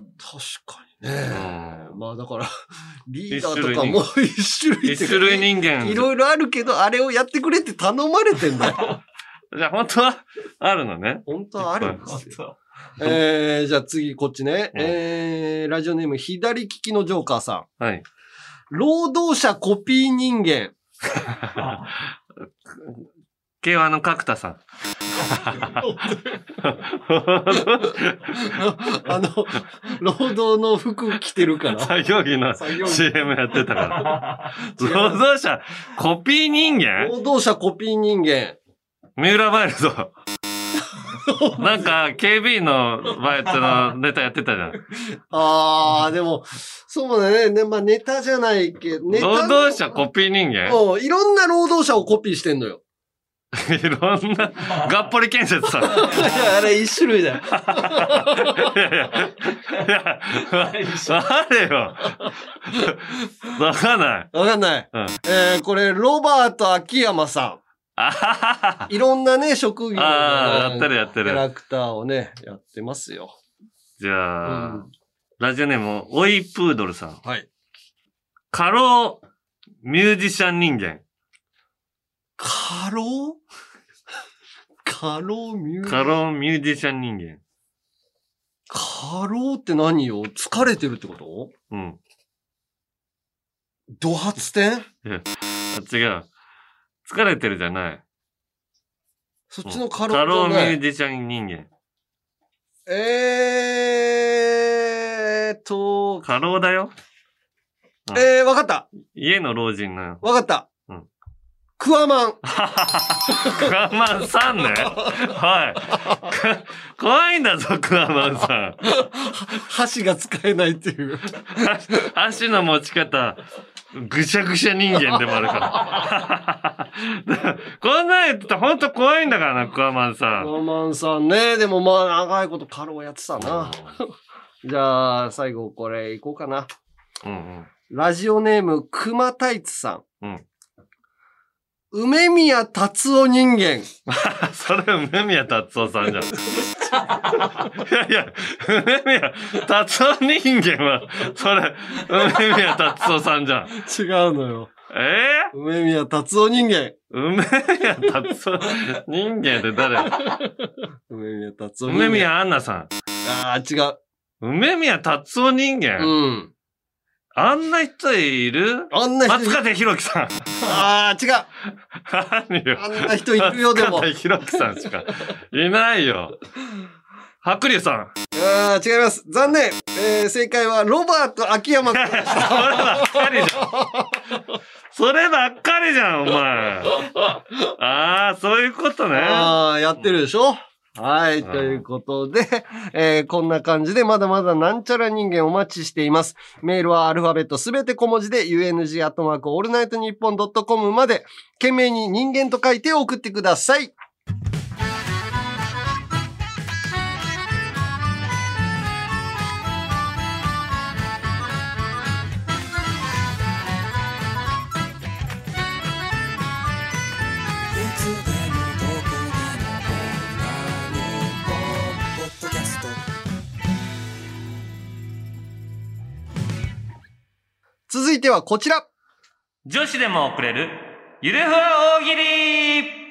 かにね。
う
まあだから、 リーダーとかも一種類っ
一
ていうか
種類人間。
いろいろあるけど、あれをやってくれって頼まれてんだ よ。
じゃあ本当は、あるのね。
本当はあるんですよ。えー、じゃあ次こっちね。
うん
えー、ラジオネーム左利きのジョーカーさ
はい。
ん。労働者コピー人間。
慶和の角田さん。
あの、労働の服着て るから。
作業着の
作業着
CM やってた から。労働者、コピー人間
労働者コピー人間。
三浦ワイル ド。なんか、KB のバイトのネタやってたじゃん。
あー、でも、そうだね。ねまあネタじゃないけど、ネタの。
労働者コピー人間
うん、いろんな労働者をコピーしてんのよ。
いろんな、がっぽり建設 さん。い
いや、あれ一種類だよ。
やいや、いや、あれよ。わかんない。
わかんない。
うん
えー、これ、ロバート秋山さ
あははは。
ん。いろんなね、職業のね
あーやってるやってる
キャラクターをね、やってますよ。
じ
う
ゃあ
ん、、
ラジオネーム、オイプードルさん。
はい。
過労、ミュージシャン人間。
過労 過労ミュージ
過労ミュージシャン人間。
過労って何よ疲れてるってこと
うん。
ド発点
あ、違う。疲れてるじゃない。
そっちの過
過労
労
ミ
じゃな
ュ
い
ージシャン人間。
えーと、
過労だよ。
えー、わかった
家の老人なの。
わかった、
うん
クワマン。
クワマンさんね。はい。か怖いんだぞ、クワマンさん。
箸が使えないっていう。
足の持ち方、ぐしゃぐしゃ人間でもあるから。 こんなん言ってたら本当怖いんだからな、クワマンさ
ク
ん。
ワマンさんね。でもまあ、長いこと過労やってたな。じゃあ、最後これいこうかな。
うんうん、
ラジオネーム、熊太一さん。
うん
梅宮達夫人間。
それ、梅宮達夫さんじゃん。いやいや、梅宮達夫人間は、それ、梅宮達夫さんじゃん。
違うのよ。
えー、
梅宮達夫人間。
梅宮達夫、人間って誰
梅宮達夫人間。
梅。宮アンナさ
ああ、違う。
ん。梅宮達夫人間、
うん。
あんな人いる
あんな人い
松
る。
方弘樹さん。
ああ、違う。
何よ。
あんな人いるよ、でも。
松方弘樹さんしかいないよ。白龍さん。
あー違います。残念。えー、正解は、ロバート秋山君。
そればっかりじゃん。そればっかりじゃん、お前。ああ、そういうことね。
ああ、やってるでしょはい。
ん
ということで、えーこんな感じで、まだまだなんちゃら人間お待ちしています。メールはアルファベットすべて小文字で、UNG アットマークオールナイトニッポンドットコムまで、懸命に人間と書いて送ってください。続いてはこちら。
女子でも送れる、ゆるふわ大喜利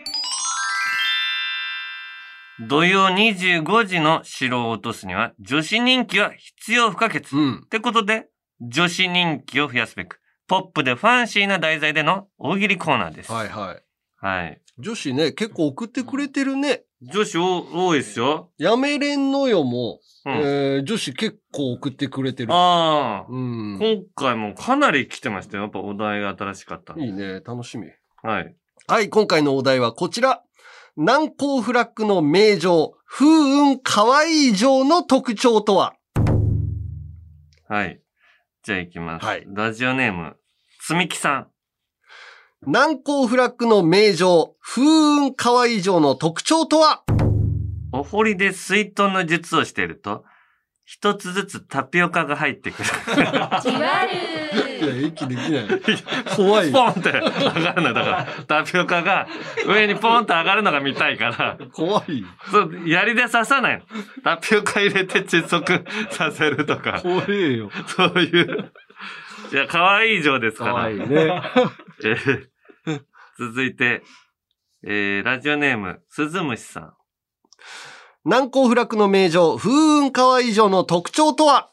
土曜25時の城を落とすには、女子人気は必要不可欠。
うん。
ってことで、女子人気を増やすべく、ポップでファンシーな題材での大喜利コーナーです。はい。
いはい。女子ね、結構送ってくれてるね。
女子お多いですよ。
やめれんのよも、
うん。
えー女子結構送ってくれてる。
ああ、
うん。
今回もかなり来てましたよ。やっぱお題が新しかったんで。
いいね。楽しみ。
はい。
はい、今回のお題はこちら。南高フラッグの名城、風雲かわいい城の特徴とは
はい。じゃあ行きます。
はい
ラジオネーム、つみきさん。
南高フラッグの名城、風雲かわいい城の特徴とは
お堀で水遁の術をしていると、一つずつタピオカが入ってくる。
じわ
いや、
る
息できない。 怖い。
ポンって上がるの。だから、タピオカが上にポンって上がるのが見たいから、
怖い。
そう、槍で刺さないの。タピオカ入れて窒息させるとか、
怖えよ。
そういう。いや、可愛い城ですから。
怖いね。
えー 続いて、えーラジオネーム、鈴虫さん。
南高フラッグの名城、風雲かわいい城の特徴とは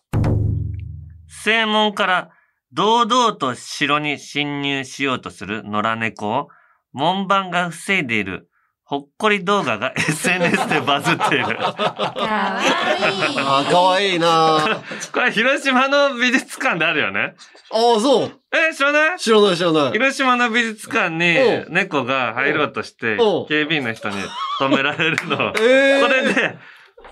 正門から堂々と城に侵入しようとする野良猫を門番が防いでいるほっこり動画が SNS でバズってい る。
かわいい
ああ、かわいいなあ
これ広島の美術館であるよね。
あ、そう。
え、知らない
知らない知らない。
広島の美術館に
う
猫が入ろうとして
うん
警備員の人に止められるの。
え
そ
え
れで、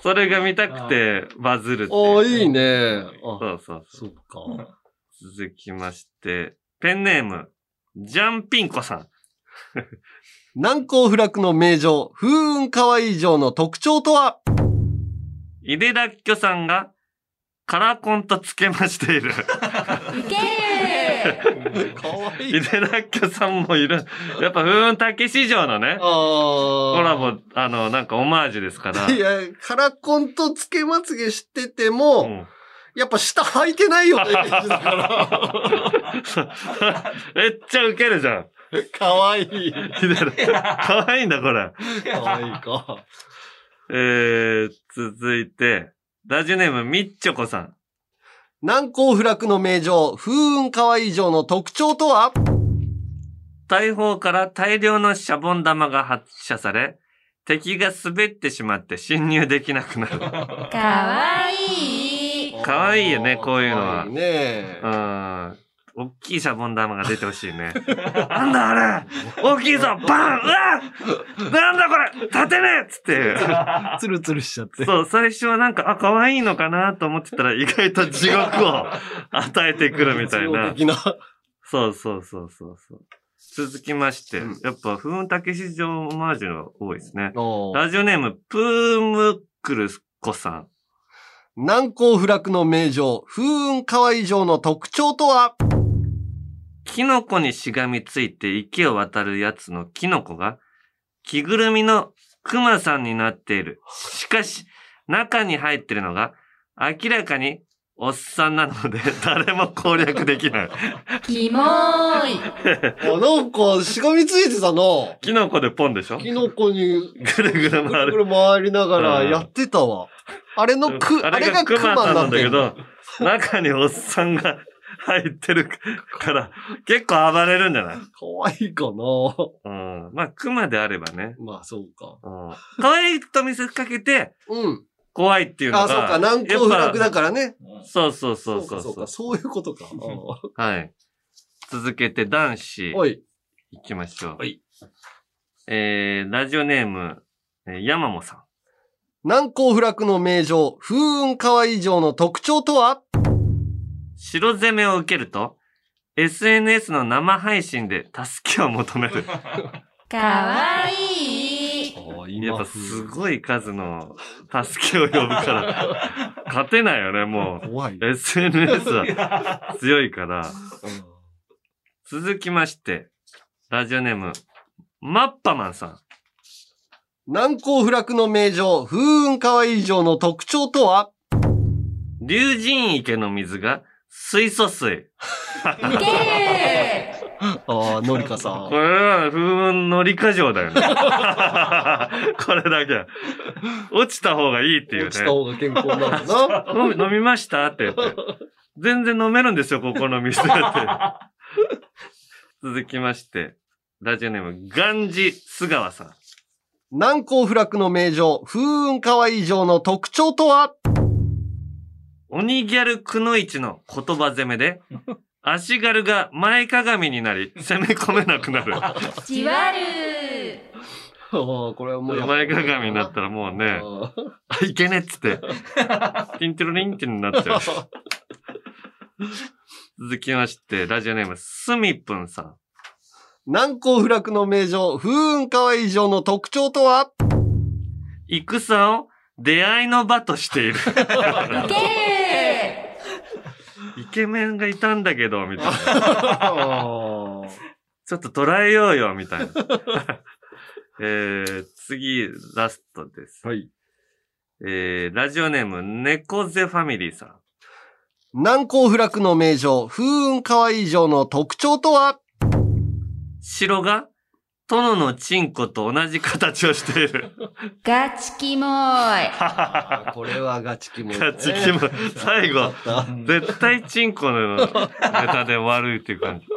それが見たくてバズるって
ああ、
いう。
いいね。あ、
そうそうそ
そっか。
う。続きまして、ペンネーム、ジャンピンコさん。
南高フラッグの名城、風雲かわいい城の特徴とは
井出らっきょさんがカラコンとつけましている。
いける
かわい
井。出らっきょさんもいる。やっぱ、ふーんたけ市場のね、
ああ。
コラボ、あの、なんかオマージュですから。
いや、カラコンとつけまつげしてても、
うん
やっぱ下履いてないよね、イメージだか
めっちゃウケるじゃん。
ら。かわいい。
井出らかわいいんだ、これ。
かわいいか。
えー、続いて、ラジオネーム、みっちょこさん。
南高フラッグの名城、風雲かわいい城の特徴とは
大砲から大量のシャボン玉が発射され、敵が滑ってしまって侵入できなくなる。
かわいい
かわいいよねこういうのは
かわいいね
うん。大きいシャボン玉が出てほしい ね。なんだあれ大きいぞバンうわなんだこれ立てねえっつって。
ツルツルしちゃって。
そう、最初はなんか、あ、可愛いのかなと思ってたら意外と地獄を与えてくるみたいな。
的な。
そうそうそうそうそう。続きまして、やっぱ、風雲竹市場オマージュが多い ですね。ラジオネーム、プームクルスコさん。
難攻不落の名城、風雲河合城の特徴とは
キノコにしがみついて池を渡るやつのキノコが、着ぐるみのクマさんになっている。しかし、中に入ってるのが、明らかにおっさんなので、誰も攻略できない。
キモーい。
あ、なんか、しがみついてたの。
キノコでポンでしょ
キノコに、
ぐるぐる
ぐ
回
るぐ
る。
る回りながら
うん
やってたわ。あれのく、あ
あ
れ
れ
が
が
ク
クマ
マ
さん
な
なんんだ
だけ
け
ど。
ど、中におっさんが入ってるから、結構暴れるんじゃない
かわいいかな
う ん。まあ、クマであればね。
まあ、そうか。
うん。可愛いと見せかけて、
うん。
怖いっていうのが。
あ、そうか。難攻不落だからね。
そうそうそうそう
そ
そう
か、
う。
そういうことか。うん
はい。続けて男子
おい。
行きましょう。
はい。
えー、ラジオネーム、えー、山もさん。
難攻不落の名城、風雲河合城の特徴とは
白攻めを受けると、SNS の生配信で助けを求める。
かわいい。
やっぱすごい数の助けを呼ぶから、 勝てないよね、も。。
怖いう
SNS は強いから。続きまして、ラジオネーム、マッパマンさん。
難攻不落の名城、風雲河合城の特徴とは
竜神池の水が水素水。
いける。
ああ、のりかさ
こ。れは風雲のりか城だ よね。これだけ。落ちた方がいいっていうね。
落ちた方が健康なんだな。
飲み飲みましたって言って。全然飲めるんですよ、ここの店って。続きまして、ラジオネーム、ガンジ・スガワさん。
難攻不落の名城、風雲河合城の特徴とは
鬼ギャルくのいちの言葉攻めで、足軽が前かがみになり、攻め込めなくなる。
じわる。
ああ、これはもうやっぱ
前かがみになったらもうね、
ああ
あいけねっつって、ティンテロリンティンになっちゃう。続きまして、ラジオネーム、スミプンさん。
難攻不落の名城、風雲河合城の特徴とは
戦を出会いの場としている。
いけ
イケメンがいたんだけど、みたいな。
ああ
ちょっと捉えようよ、みたいな。 えー、次、ラストです。
はい。
えー、ラジオネーム、猫背ファミリーさん。
難攻不落の名城、風雲河合城の特徴とは
城が、殿のチンコと同じ形をしている。
る。ガチキモい。
これはガチキモいね
ガチキモい最後絶対チンコのネタで悪いっていう感じ。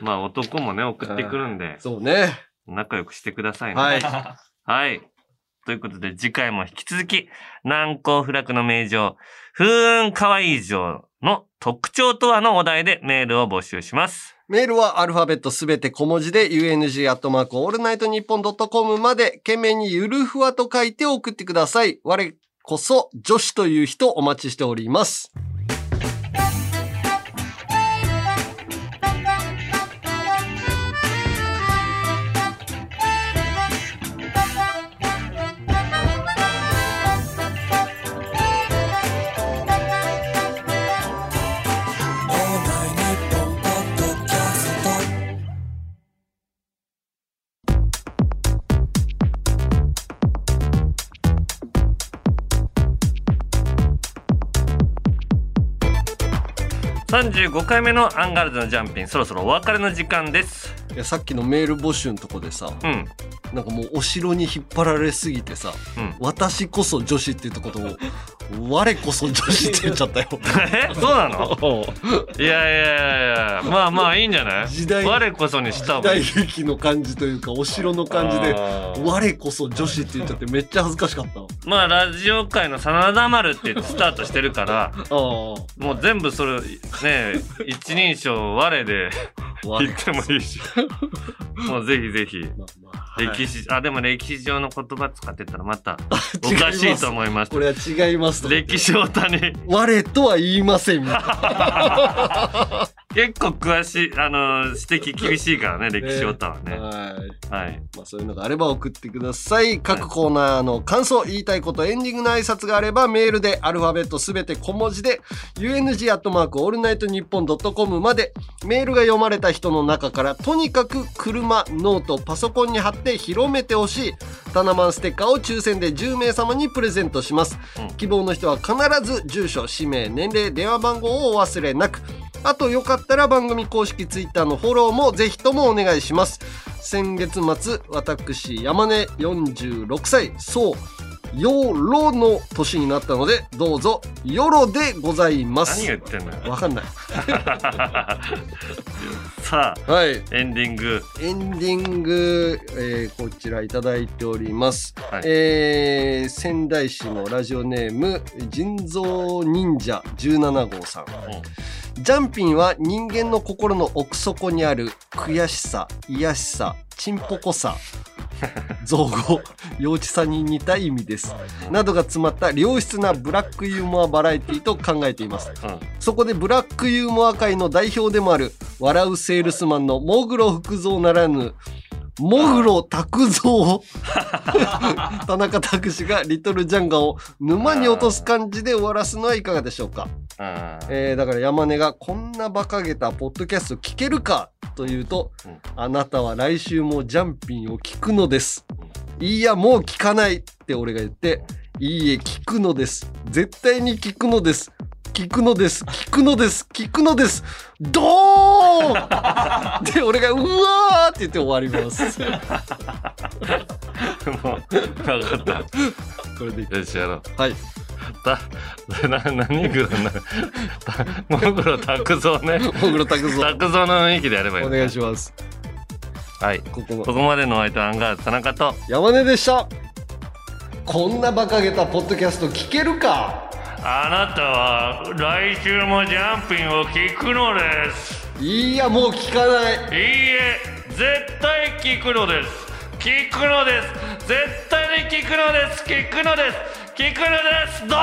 まあ男もね、送ってくるんで、
そうね。
仲良くしてくださいね。
はい。
はい。ということで、次回も引き続き、難攻不落の名城、風雲可愛い城の特徴とはのお題でメールを募集します。
メールはアルファベットすべて小文字で UNG アットマークオールナイトニッポンドットコムまで懸命にゆるふわと書いて送ってください。我こそ女子という人お待ちしております。
35回目のアンガールズのジャンピン、そろそろお別れの時間です。
いやさっきのメール募集のとこでさ、
うん。
なんかもうお城に引っ張られすぎてさ、
うん
私こそ女子っていうとことを、 我こそ女子って言っち ゃったよ。
えそうなのいやいやいやいや、まあまあいいんじゃない
時代
我こそにした方がい
大
い。
劇の感じというか、お城の感じで、
あー
我こそ女子って言っちゃってめっちゃ恥ずかしかった。あ
まあラジオ界の真田丸ってスタートしてるから、
あ。
もう全部それねえ、一人称我で 言ってもいい し。もうぜひぜひ。歴史、あ、でも歴史上の言葉使ってたらまたおかしいと思いました
こ。れは違 いますと。
歴史を他に
我とは言い ませんみたいな。
結構詳しい、あのー、指摘厳しいからね、歴史オタはね。
はい。
はい。
まあ、そういうのがあれば送ってください。各コーナーの感想、言いたいこと、エンディングの挨拶があれば、メールで、アルファベットすべて小文字で、UNG アットマークオールナイトニッポンドットコムまで、メールが読まれた人の中から、とにかく車、ノート、パソコンに貼って広めてほしい、タナマンステッカーを抽選で10名様にプレゼントします。
うん
希望の人は必ず、住所、氏名、年齢、電話番号をお忘れなく、あとよかったら番組公式ツイッターのフォローもぜひともお願いします。先月末、私、山根46歳、そう、ヨロの年になったので、どうぞ、ヨロでございま
何
す
言っ。てんのよ。
わかんない。
さあ、
はい。
エンディング。
エンディング、えーこちらいただいております。
はい
えー仙台市のラジオネーム、人造忍者17号さん。ジャンピンは人間の心の奥底にある悔しさ、癒しさ、ちんぽこさ、造語、幼稚さに似た意味です。などが詰まった良質なブラックユーモアバラエティと考えています。
うん。
そこでブラックユーモア界の代表でもある、笑うセールスマンのモグロ福蔵ならぬ、モグロ拓蔵を、田中拓司がリトルジャンガを沼に落とす感じで終わらすのはいかがでしょうか
あー
えーだから山根がこんな馬鹿げたポッドキャスト聞けるかというと、
うん
あなたは来週もジャンピンを聞くのです。いいや、もう聞かないって俺が言って、いいえ、聞くのです。絶対に聞くのです。聞くのです。聞くのです。聞くのです。どーん で、俺がうわーって言って終わります。
もう、分かった。
これでいい
よし、やろう。
はい。
た、な、何グロな、た、モグロ拓造 ね。
小黒拓三、
拓造の雰囲気でやればいい
お。願いします。
はい。
ここまで
ここまでのお相手はアンガールズ田中と、
山根でしたこんな馬鹿げたポッドキャスト聞けるか
あなたは来週もジャンピンを聞くのです。
いいやもう聞かない
いいえ、絶対聞くのです。聞くのです。絶対に聞くのです。聞くのです。聞くのです。どう